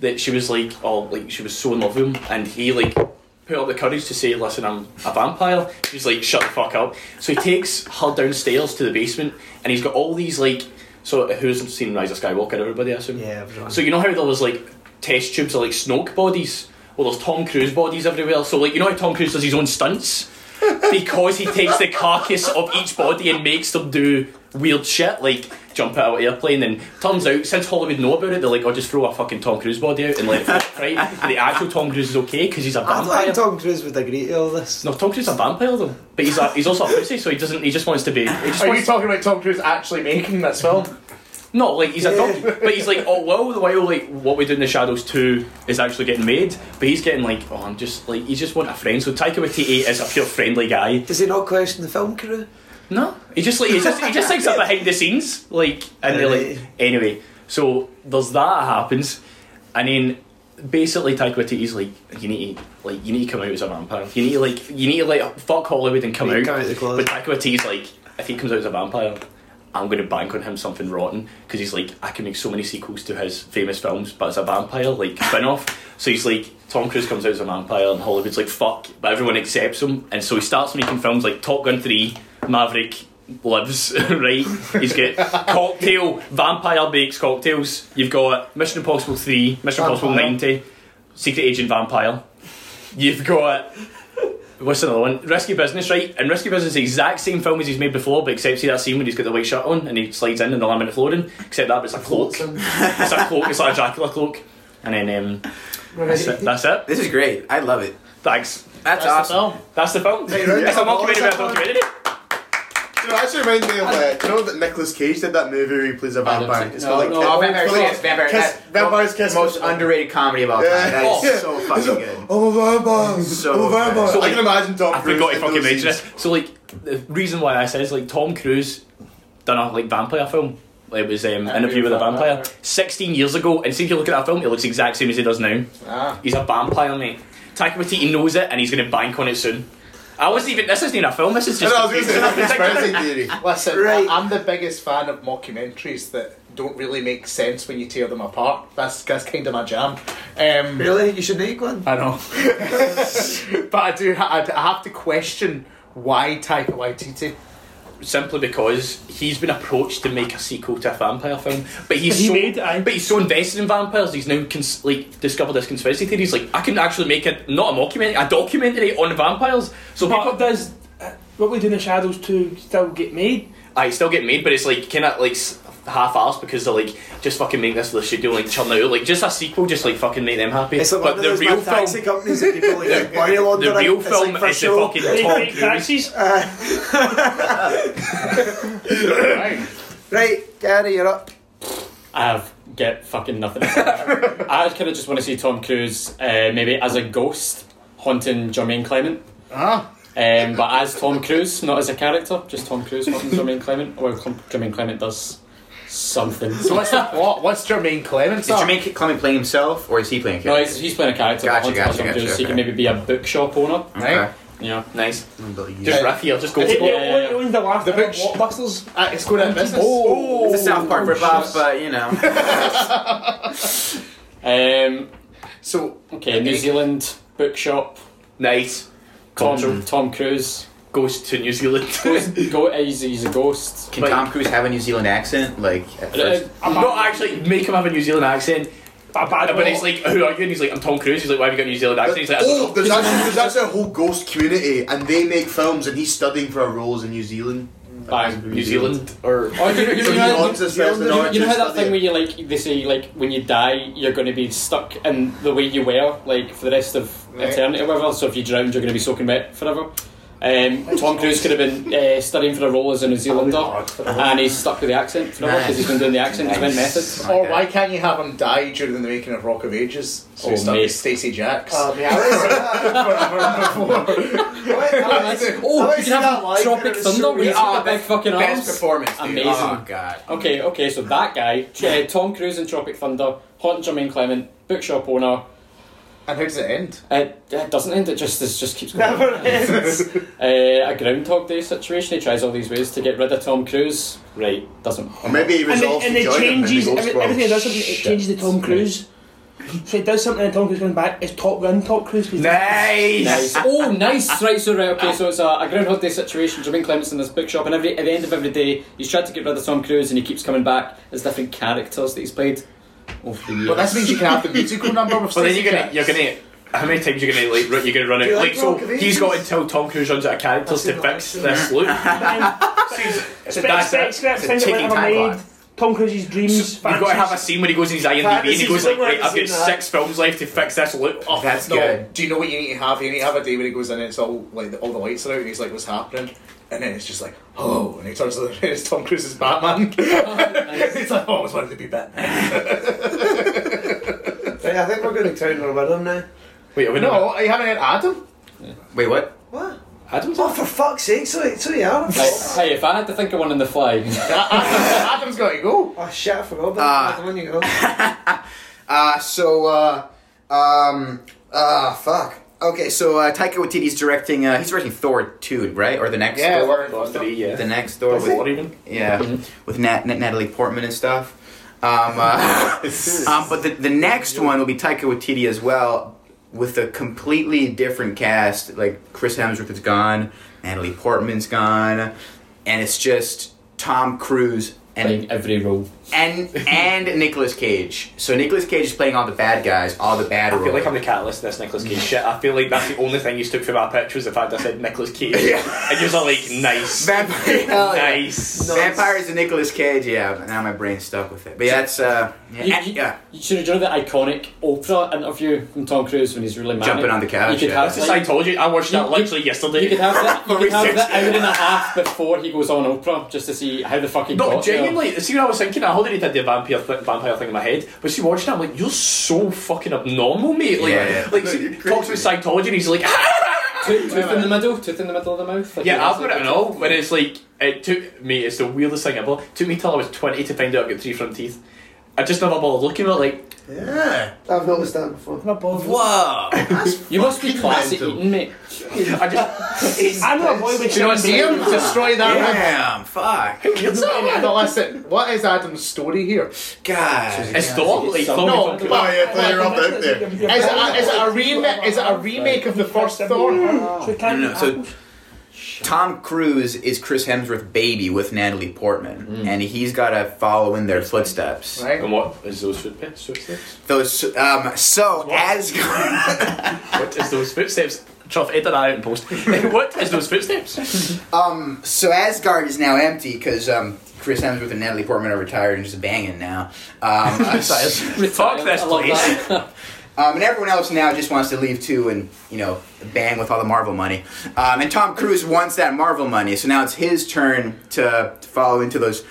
Speaker 4: that she was like, oh, like she was so in love with him, and he like put up the courage to say, listen, I'm a vampire. She's like, shut the fuck up. So he takes her downstairs to the basement, and he's got all these like, so who's seen Rise of Skywalker? Everybody, I assume.
Speaker 2: Yeah, everyone.
Speaker 4: So you know how there was like test tubes or like Snoke bodies? Well, there's Tom Cruise bodies everywhere. So like you know how Tom Cruise does his own stunts
Speaker 2: [LAUGHS]
Speaker 4: because he takes the carcass of each body and makes them do weird shit like jump out of an airplane. And turns out since Hollywood know about it, they're like, "I'll just throw a fucking Tom Cruise body out and let it
Speaker 2: [LAUGHS]
Speaker 4: float, right." And the actual Tom Cruise is okay because he's a
Speaker 2: I don't
Speaker 4: vampire.
Speaker 2: think Tom Cruise would agree to all this.
Speaker 4: No, Tom Cruise is a vampire though, but he's a, he's also a pussy, so he doesn't. He just wants to be. He just
Speaker 3: Are
Speaker 4: wants
Speaker 3: you talking about Tom Cruise actually making this film?
Speaker 4: No, like he's a donkey, but he's like, oh well, the while like what we do in the shadows two is actually getting made, but he's getting like, oh, I'm just like he's just want a friend. So Taika Waititi is a pure friendly guy.
Speaker 2: Does he not question the film crew?
Speaker 4: No, he just like he just he
Speaker 2: [LAUGHS]
Speaker 4: just thinks up behind the scenes, like and they're like anyway. So there's that happens, and then basically Taika Waititi's like, you need to like you need to come out as a vampire. You need to like you need to like fuck Hollywood and come
Speaker 2: You
Speaker 4: out.
Speaker 2: come out the closet.
Speaker 4: But Taika Waititi's like, if he comes out as a vampire, I'm going to bank on him something rotten because he's like, I can make so many sequels to his famous films, but as a vampire, like spin off. So he's like, Tom Cruise comes out as a vampire, and Hollywood's like, fuck, but everyone accepts him. And so he starts making films like Top Gun 3, Maverick Lives, [LAUGHS] right? He's got Cocktail, Vampire Bakes Cocktails. You've got Mission Impossible 3, Mission Impossible
Speaker 7: Vampire.
Speaker 4: 90, Secret Agent Vampire. You've got What's another one? Risky Business, right? And Risky Business is the exact same film as he's made before, but except see that scene when he's got the white shirt on and he slides in and the laminate flooring, except that but it's a cloak. it's a cloak, it's like a Dracula cloak. And then um, that's, it, that's it.
Speaker 5: This is great. I love it.
Speaker 4: Thanks.
Speaker 5: That's,
Speaker 3: That's the
Speaker 5: awesome.
Speaker 3: film.
Speaker 4: That's the film.
Speaker 7: right.
Speaker 4: It's a mockumentary about a documentary.
Speaker 7: Do you know, it actually reminds me of uh, do you know that Nicolas Cage did that movie where he plays a
Speaker 8: I don't
Speaker 7: vampire.
Speaker 8: think-
Speaker 7: It's
Speaker 8: no,
Speaker 7: called like
Speaker 8: no,
Speaker 7: Kiss-
Speaker 5: Oh, Vampire
Speaker 7: it's called, like,
Speaker 5: Kiss. Vampire
Speaker 7: Kiss.
Speaker 5: that-
Speaker 7: Vampire's Kiss.
Speaker 5: Most underrated comedy of all time. That is
Speaker 7: Yeah.
Speaker 5: so
Speaker 7: Yeah.
Speaker 5: fucking
Speaker 7: It's
Speaker 5: good.
Speaker 7: like, I'm a vampire.
Speaker 5: So
Speaker 7: I'm a vampire.
Speaker 5: good.
Speaker 7: I can imagine Tom
Speaker 4: I
Speaker 7: Cruise
Speaker 4: forgot to
Speaker 7: in those
Speaker 4: fucking mention
Speaker 7: scenes.
Speaker 4: this. So like the reason why I said is like Tom Cruise done a like vampire film. It was um, Interview with a Vampire. Sixteen years ago, and see if you look at that film, it looks the exact same as he does now. He's a vampire, mate. Taika Waititi knows it, and he's going to bank on it soon. I wasn't even. This isn't even a film. This is
Speaker 7: [LAUGHS] I
Speaker 4: just.
Speaker 7: know, I was going to say, that's conspiracy theory.
Speaker 3: Listen,
Speaker 2: Right.
Speaker 3: I, am the biggest fan of mockumentaries that don't really make sense when you tear them apart. That's that's kind of my jam. Um,
Speaker 2: Really? You should make one?
Speaker 4: Uh,
Speaker 3: I know, but I do. ha- I, I have to question why Taika Waititi.
Speaker 4: simply because he's been approached to make a sequel to a vampire film, but he's
Speaker 6: He
Speaker 4: so
Speaker 6: made, aye.
Speaker 4: but he's so invested in vampires, he's now cons- like discovered this conspiracy theory. He's like, I can actually make a not a documentary, a documentary on vampires. So
Speaker 6: But
Speaker 4: people,
Speaker 6: does uh, what we do in the shadows to still get made?
Speaker 4: I still get made, but it's like kind of like s- half-assed because they're like, just fucking make this for the studio, like churn it out, like just a sequel, just like fucking make them happy.
Speaker 2: It's like
Speaker 4: but
Speaker 2: one
Speaker 4: the
Speaker 2: of those
Speaker 4: real
Speaker 2: real
Speaker 4: film,
Speaker 2: taxi companies that people like, like money
Speaker 4: [LAUGHS] the
Speaker 2: laundering.
Speaker 4: real
Speaker 2: It's
Speaker 4: film
Speaker 2: like for
Speaker 4: is the
Speaker 2: show.
Speaker 6: [LAUGHS]
Speaker 4: fucking Tom Cruise.
Speaker 8: Right.
Speaker 2: Right, Gary, you're up.
Speaker 8: I have get fucking nothing. [LAUGHS] I kind of just want to see Tom Cruise uh, maybe as a ghost haunting Jermaine Clement.
Speaker 3: Ah.
Speaker 8: Um, but as Tom Cruise, not as a character, just Tom Cruise haunting Jermaine Clement. Well, Com- Jermaine Clement does something.
Speaker 3: So
Speaker 2: [LAUGHS]
Speaker 3: what's the plot? What's Jermaine Clements?
Speaker 5: Is Jermaine Clement playing himself, or is he playing a
Speaker 8: no,
Speaker 5: character?
Speaker 8: he's, he's playing a character.
Speaker 5: Gotcha,
Speaker 8: but haunted by
Speaker 5: gotcha,
Speaker 8: Tom
Speaker 5: gotcha,
Speaker 8: Cruise. He can
Speaker 5: okay.
Speaker 8: maybe be a bookshop owner.
Speaker 3: Right.
Speaker 8: Yeah.
Speaker 4: Nice. Just
Speaker 5: Just
Speaker 4: riff here, just go.
Speaker 6: It, it,
Speaker 4: for it.
Speaker 8: yeah, yeah.
Speaker 6: owns the last
Speaker 3: The
Speaker 6: the
Speaker 3: bitch-
Speaker 6: blockbusters.
Speaker 3: Uh, it's going out of business.
Speaker 2: Oh.
Speaker 5: it's a South Park ripoff, but you know.
Speaker 8: Um,
Speaker 3: So
Speaker 8: okay, New Zealand bookshop.
Speaker 4: Nice.
Speaker 8: Tom, Tom Cruise.
Speaker 4: Goes to New Zealand.
Speaker 8: Go, he's, he's a ghost.
Speaker 5: Can Tom Cruise have a New Zealand accent? Like, at
Speaker 8: Uh,
Speaker 5: first?
Speaker 4: Not actually make him have a New Zealand accent,
Speaker 6: But, but, I don't
Speaker 4: but
Speaker 6: know.
Speaker 4: he's like, "Who are you?" And he's like, "I'm Tom Cruise." He's like, "Why have you got a New Zealand accent?" He's like, "I don't
Speaker 7: Oh,
Speaker 4: know."
Speaker 7: there's actually, there's actually a whole ghost community, and they make films, and he's studying for a roles in New Zealand.
Speaker 8: bang.
Speaker 4: New Zealand or
Speaker 8: Oh, you, you,
Speaker 7: So
Speaker 8: you,
Speaker 7: he
Speaker 8: know-
Speaker 7: owns this
Speaker 8: you-
Speaker 7: person,
Speaker 8: you-
Speaker 7: or
Speaker 8: you know
Speaker 7: just
Speaker 8: how that
Speaker 7: study
Speaker 8: thing
Speaker 7: it?
Speaker 8: where you like they say like when you die you're going to be stuck in the way you were like for the rest of
Speaker 7: Right.
Speaker 8: eternity or whatever. So if you drowned, you're going to be soaking wet forever. Um, Tom Cruise could have been uh, studying for a role as a New Zealander, and he's stuck with the accent forever
Speaker 5: Nice.
Speaker 8: because he's been doing the accent. He's been method.
Speaker 3: Or
Speaker 5: Okay.
Speaker 3: why can't you have him die during the making of Rock of Ages? So
Speaker 8: Oh,
Speaker 3: you start
Speaker 8: mate.
Speaker 3: with Stacey Jacks.
Speaker 2: Um, yeah, I wouldn't say
Speaker 3: [LAUGHS]
Speaker 2: that.
Speaker 4: [LAUGHS] Oh,
Speaker 2: I wouldn't say- I
Speaker 8: Oh,
Speaker 2: wouldn't
Speaker 8: you
Speaker 2: say
Speaker 8: can
Speaker 2: that
Speaker 8: have
Speaker 2: live,
Speaker 8: Tropic
Speaker 2: it was so
Speaker 8: Thunder with
Speaker 2: weird.
Speaker 8: a big fucking
Speaker 5: Best
Speaker 8: arms.
Speaker 5: performance, dude.
Speaker 8: Amazing.
Speaker 5: Oh god.
Speaker 8: Okay, okay, so that guy, uh, Tom Cruise in Tropic Thunder, haunting Jermaine Clement, bookshop owner.
Speaker 3: And how does it end?
Speaker 8: It, it doesn't end. It just it just keeps going. [LAUGHS]
Speaker 6: Never ends.
Speaker 8: uh, a Groundhog Day situation. He tries all these ways to get rid of Tom Cruise.
Speaker 4: right.
Speaker 8: Doesn't.
Speaker 7: Or maybe he
Speaker 6: and it,
Speaker 7: resolves
Speaker 6: and
Speaker 7: to
Speaker 6: it
Speaker 7: join him, and he
Speaker 6: changes
Speaker 7: goes
Speaker 6: every,
Speaker 7: for-
Speaker 6: everything. It does something. It changes to Tom Cruise. So it does something, and Tom Cruise comes back. It's Top Gun. Top Cruise. Cause
Speaker 4: Nice.
Speaker 8: Nice. oh, nice. Right, so right, okay. So it's a, a Groundhog Day situation. Jermaine Clement's in this bookshop, and every at the end of every day, he's tried to get rid of Tom Cruise, and he keeps coming back as different characters that he's played. Over the years.
Speaker 3: But this means you can have the musical number with
Speaker 4: But then
Speaker 3: Stacey
Speaker 4: you're gonna,
Speaker 3: Jacks.
Speaker 4: you're gonna. How many times you're gonna like run- you're gonna run out?
Speaker 2: like
Speaker 4: Like so,
Speaker 2: Rock of
Speaker 4: he's got
Speaker 2: Ages?
Speaker 4: until Tom Cruise runs out of characters to
Speaker 2: seen that,
Speaker 4: fix
Speaker 2: I've seen
Speaker 4: this loop.
Speaker 5: [LAUGHS]
Speaker 6: It's
Speaker 4: So that's it.
Speaker 6: script, script,
Speaker 5: It's a
Speaker 6: things that were
Speaker 5: ticking
Speaker 6: ever
Speaker 5: time
Speaker 6: made.
Speaker 5: clock.
Speaker 6: Tom Cruise's dreams.
Speaker 4: You've got to have a scene when he goes in his IMDb and he
Speaker 2: Fantasies,
Speaker 4: goes like,
Speaker 2: somewhere
Speaker 4: "Right, I've
Speaker 2: I've
Speaker 4: got
Speaker 2: seen that.
Speaker 4: six films left to fix this loop." Oh,
Speaker 5: That's
Speaker 3: No,
Speaker 5: good.
Speaker 3: do you know what you need to have? You need to have a day when he goes in and it's all like all the lights are out and he's like, "What's happening?" And then it's just like, "Oh!" And he turns to the [LAUGHS] and it's Tom Cruise's Batman. it's like, "Oh, I always wanted to be Batman."
Speaker 2: Right, I think we're going to crown our winner now.
Speaker 4: wait, are we
Speaker 3: No,
Speaker 4: not?
Speaker 3: I haven't had Adam. [LAUGHS]
Speaker 5: Wait, what?
Speaker 2: What?
Speaker 4: Adam's
Speaker 2: Oh, for fuck's sake, so, so you are.
Speaker 8: Like, hey, if I had to think of one on the fly,
Speaker 3: Adam's got to go.
Speaker 2: Oh shit, I forgot about
Speaker 5: Ah.
Speaker 2: that. the one you got.
Speaker 7: Ah, so, uh, um, ah, fuck.
Speaker 5: uh, Okay, so uh, Taika Waititi's directing. Uh, he's directing Thor two, right? Or the next
Speaker 7: Yeah,
Speaker 5: Thor.
Speaker 7: we're-
Speaker 4: three, yeah.
Speaker 5: The next Thor with
Speaker 4: Four even.
Speaker 5: yeah, with Nat- Nat- Natalie Portman and stuff. Um, uh, um, but the, the next one will be Taika Waititi as well, with a completely different cast. Like Chris Hemsworth is gone, Natalie Portman's gone, and it's just Tom Cruise and
Speaker 8: playing every role.
Speaker 5: and and Nicolas Cage. So Nicolas Cage is playing all the bad guys, all the bad
Speaker 4: I feel like
Speaker 5: roles.
Speaker 4: I'm the catalyst in this Nicolas Cage shit. I feel like that's the only thing you took from our pitch was the fact I said Nicolas Cage. And you're like, nice. [LAUGHS]
Speaker 5: Vampire, hell yeah.
Speaker 4: nice.
Speaker 5: Vampires and Nicolas Cage. Yeah, now my brain's stuck with it. But yeah, that's uh, yeah,
Speaker 8: You,
Speaker 5: and-
Speaker 8: you,
Speaker 5: yeah.
Speaker 8: you should have done the iconic Oprah interview from Tom Cruise when he's really mad.
Speaker 5: Jumping on the couch,
Speaker 8: You could
Speaker 5: yeah.
Speaker 8: have,
Speaker 4: That's a
Speaker 8: like,
Speaker 4: Scientology. I watched that
Speaker 8: You- you-
Speaker 4: literally yesterday.
Speaker 8: you could have that. You
Speaker 5: For
Speaker 8: could have that
Speaker 5: research.
Speaker 8: hour and a half before he goes on Oprah just to see how the fuck he
Speaker 4: no,
Speaker 8: got there.
Speaker 4: genuinely, see what I was thinking? I already did the vampire, th- vampire thing in my head, but see, watching it, I'm like, you're so fucking abnormal, mate. Like,
Speaker 5: Yeah, yeah.
Speaker 4: like see, talks with Scientology and he's like, "Ah!"
Speaker 8: Tooth, tooth in the middle, tooth in the middle of the mouth. Like he
Speaker 4: yeah,
Speaker 8: has
Speaker 4: I've got
Speaker 8: like
Speaker 4: it and
Speaker 8: a
Speaker 4: all, but it's like, it took me, it's the weirdest thing ever. took me till I was 20 to find out I've got three front teeth. I just never bothered looking at it, like,
Speaker 7: Yeah.
Speaker 2: I've noticed that before.
Speaker 5: Whoa.
Speaker 8: You must be classy
Speaker 7: mental.
Speaker 8: eating, mate.
Speaker 4: I just. [LAUGHS]
Speaker 6: I know a boy with
Speaker 3: Do you not see him? Destroy that. [LAUGHS] man.
Speaker 5: Damn, fuck.
Speaker 3: No, listen. What is Adam's story here?
Speaker 5: God.
Speaker 4: It's Thor, like, Thor
Speaker 3: No,
Speaker 4: fucking-
Speaker 3: but-
Speaker 7: yeah, play her up out there.
Speaker 3: Is it, a, is it a remake? Is it a remake of the first Hmm. Thor?
Speaker 6: Hmm. So
Speaker 5: No, no, no, so Tom Cruise is Chris Hemsworth's baby with Natalie Portman,
Speaker 4: Mm.
Speaker 5: and he's got to follow in their footsteps.
Speaker 3: Right.
Speaker 4: And what is those footsteps? footsteps?
Speaker 5: Those, um, so as
Speaker 4: What is those footsteps? Trough, edit that out [LAUGHS] and post. what is those footsteps?
Speaker 5: so Asgard is now empty because um, Chris Hemsworth and Natalie Portman are retired and just banging now.
Speaker 4: [LAUGHS]
Speaker 5: Um,
Speaker 4: Fuck this
Speaker 8: I love
Speaker 4: place.
Speaker 8: that. [LAUGHS]
Speaker 5: Um, and everyone else now just wants to leave too and, you know, bang with all the Marvel money. Um, and Tom Cruise wants that Marvel money, so now it's his turn to, to follow into those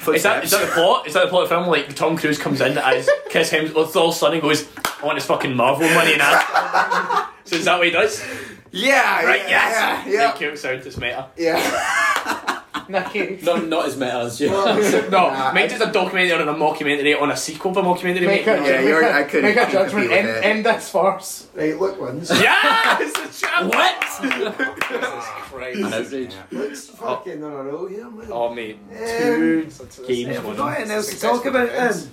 Speaker 5: footsteps.
Speaker 4: Is that, is that the plot? Is that the plot of the film? Like Tom Cruise comes in as Chris Hemsworth's all son and goes, "I want his fucking Marvel money now." so is that what he does?
Speaker 5: yeah,
Speaker 4: Right?
Speaker 5: yeah,
Speaker 4: yes.
Speaker 5: Yeah,
Speaker 4: Make him sound this meta.
Speaker 5: yeah,
Speaker 8: no, not as meta as
Speaker 2: [LAUGHS]
Speaker 8: you.
Speaker 4: No, make just a documentary on a mockumentary on a sequel of a mockumentary.
Speaker 3: Make
Speaker 4: mate.
Speaker 3: a,
Speaker 5: Yeah,
Speaker 3: make
Speaker 5: you're-
Speaker 3: a,
Speaker 5: I couldn't-
Speaker 3: make a
Speaker 5: couldn't
Speaker 3: judgment.
Speaker 5: compete
Speaker 3: End,
Speaker 5: with
Speaker 3: end this first.
Speaker 2: Right, look,
Speaker 4: [LAUGHS]
Speaker 2: ones.
Speaker 4: Yes! what?
Speaker 8: An outrage.
Speaker 2: Let's fucking on a roll here, man.
Speaker 4: Oh mate,
Speaker 2: Um,
Speaker 4: two games
Speaker 2: Have we
Speaker 4: one.
Speaker 2: got anything else to talk about then?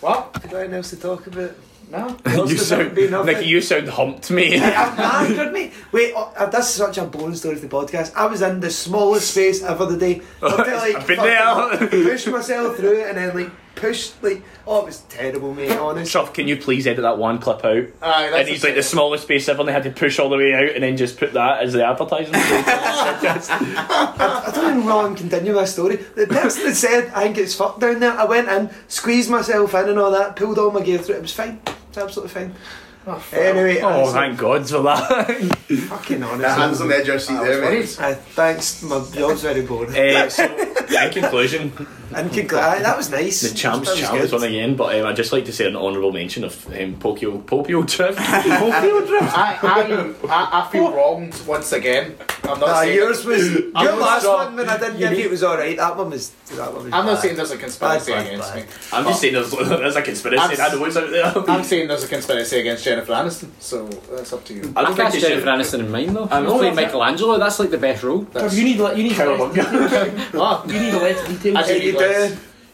Speaker 3: What?
Speaker 2: Have we got anything else to talk about?
Speaker 3: No.
Speaker 4: [LAUGHS] You sound,
Speaker 2: be nothing.
Speaker 4: Nicky, you sound humped, mate.
Speaker 2: [LAUGHS] I'm angered, mate. Wait, oh, uh, that's such a boring story of the podcast. I was in the smallest space ever the
Speaker 4: [LAUGHS]
Speaker 2: day. Had to, like,
Speaker 4: I've been
Speaker 2: fucking
Speaker 4: there.
Speaker 2: push myself through it and then like push like oh it was terrible, mate. Honest.
Speaker 4: Truff, can you please edit that one clip out?
Speaker 3: Aye, that's
Speaker 4: and he's like the smallest space ever, and they had to push all the way out, and then just put that as the advertisement.
Speaker 2: I don't even know how I'm continuing my story. The person that said I think it's fucked down there. I went in, squeezed myself in and all that, pulled all my gear through. It was fine. It's absolutely fine. anyway,
Speaker 4: oh,
Speaker 2: I'm
Speaker 4: thank God for that. [LAUGHS]
Speaker 2: fucking
Speaker 7: That hands
Speaker 2: honest.
Speaker 7: on the edge of your seat there, mate.
Speaker 2: Uh, thanks, my job's very boring.
Speaker 8: [LAUGHS]
Speaker 4: Eh, so, in conclusion,
Speaker 2: And congr- aye, that was nice.
Speaker 4: the champs
Speaker 2: That was
Speaker 4: champ is
Speaker 2: good.
Speaker 4: on again, but um, I'd just like to say an honourable mention of um, Pokio Popio Drift.
Speaker 8: [LAUGHS]
Speaker 4: Popio Drift?
Speaker 3: I, I'm- I, I feel wronged once again. I'm not
Speaker 2: Nah,
Speaker 3: saying.
Speaker 2: yours was
Speaker 7: [LAUGHS]
Speaker 2: your
Speaker 3: I'm
Speaker 2: last
Speaker 3: not-
Speaker 2: one when I didn't give you it was alright. That one was that one was
Speaker 3: I'm not
Speaker 2: bad.
Speaker 3: saying there's a conspiracy
Speaker 2: Bad, bad,
Speaker 3: against
Speaker 2: bad.
Speaker 3: me.
Speaker 4: I'm just saying there's, [LAUGHS] there's a
Speaker 3: I'm
Speaker 4: conspiracy
Speaker 3: s-
Speaker 4: in Adults out there. [LAUGHS]
Speaker 3: I'm saying there's a conspiracy against Jennifer Aniston, so that's up to you.
Speaker 4: I
Speaker 8: I
Speaker 4: don't think
Speaker 8: cast
Speaker 4: they
Speaker 8: Jennifer
Speaker 4: should.
Speaker 8: Aniston in mine though. I
Speaker 4: know,
Speaker 8: was playing
Speaker 4: I think-
Speaker 8: Michelangelo. That's like the best role.
Speaker 6: You need like you need
Speaker 4: Cowabunga.
Speaker 3: Ah,
Speaker 6: you need less details.
Speaker 3: [LAUGHS] I
Speaker 2: You
Speaker 3: do.
Speaker 2: do.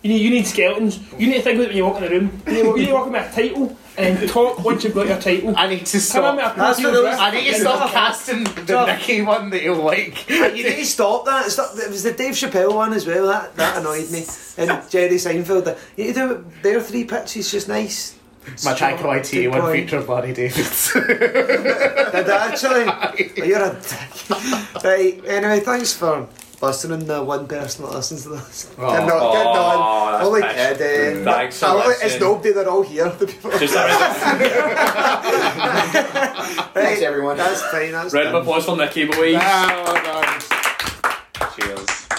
Speaker 6: You need, you need skeletons. You need to think about it when you walk in the room. You need, you need to walk in with a title and then talk once you've got your title.
Speaker 3: I need to
Speaker 6: Can I make a
Speaker 3: stop.
Speaker 2: That's for
Speaker 6: Pinocchio dress?
Speaker 2: those-
Speaker 3: I need to stop casting the
Speaker 2: Stop.
Speaker 3: Nicky one that you like.
Speaker 2: You need to stop that. It's not, it was the Dave Chappelle one as well. That
Speaker 7: [LAUGHS]
Speaker 2: that annoyed me. And Jerry Seinfeld. You need to do it- their three pitches just nice.
Speaker 3: My Taika
Speaker 2: Stop.
Speaker 3: Waititi
Speaker 2: Good
Speaker 3: one
Speaker 2: point.
Speaker 3: feature
Speaker 2: [LAUGHS]
Speaker 3: Larry David.
Speaker 2: Did I
Speaker 4: [LAUGHS]
Speaker 2: actually? Well, you're a dick. Right. Anyway, thanks for listening. The one person that listens to this. Oh, I'm not kidding.
Speaker 4: Aw,
Speaker 2: on.
Speaker 4: that's
Speaker 2: Only
Speaker 4: passionate.
Speaker 2: kidding.
Speaker 4: Thanks
Speaker 2: I
Speaker 4: for
Speaker 2: only- It's
Speaker 4: listening.
Speaker 2: nobody. They're all here. The people. [LAUGHS]
Speaker 4: Just a round
Speaker 2: Thanks everyone. That's fine. That's
Speaker 4: of-
Speaker 3: Oh,
Speaker 4: round of applause for Nicky, boys.
Speaker 3: Ah, well done.
Speaker 4: Cheers.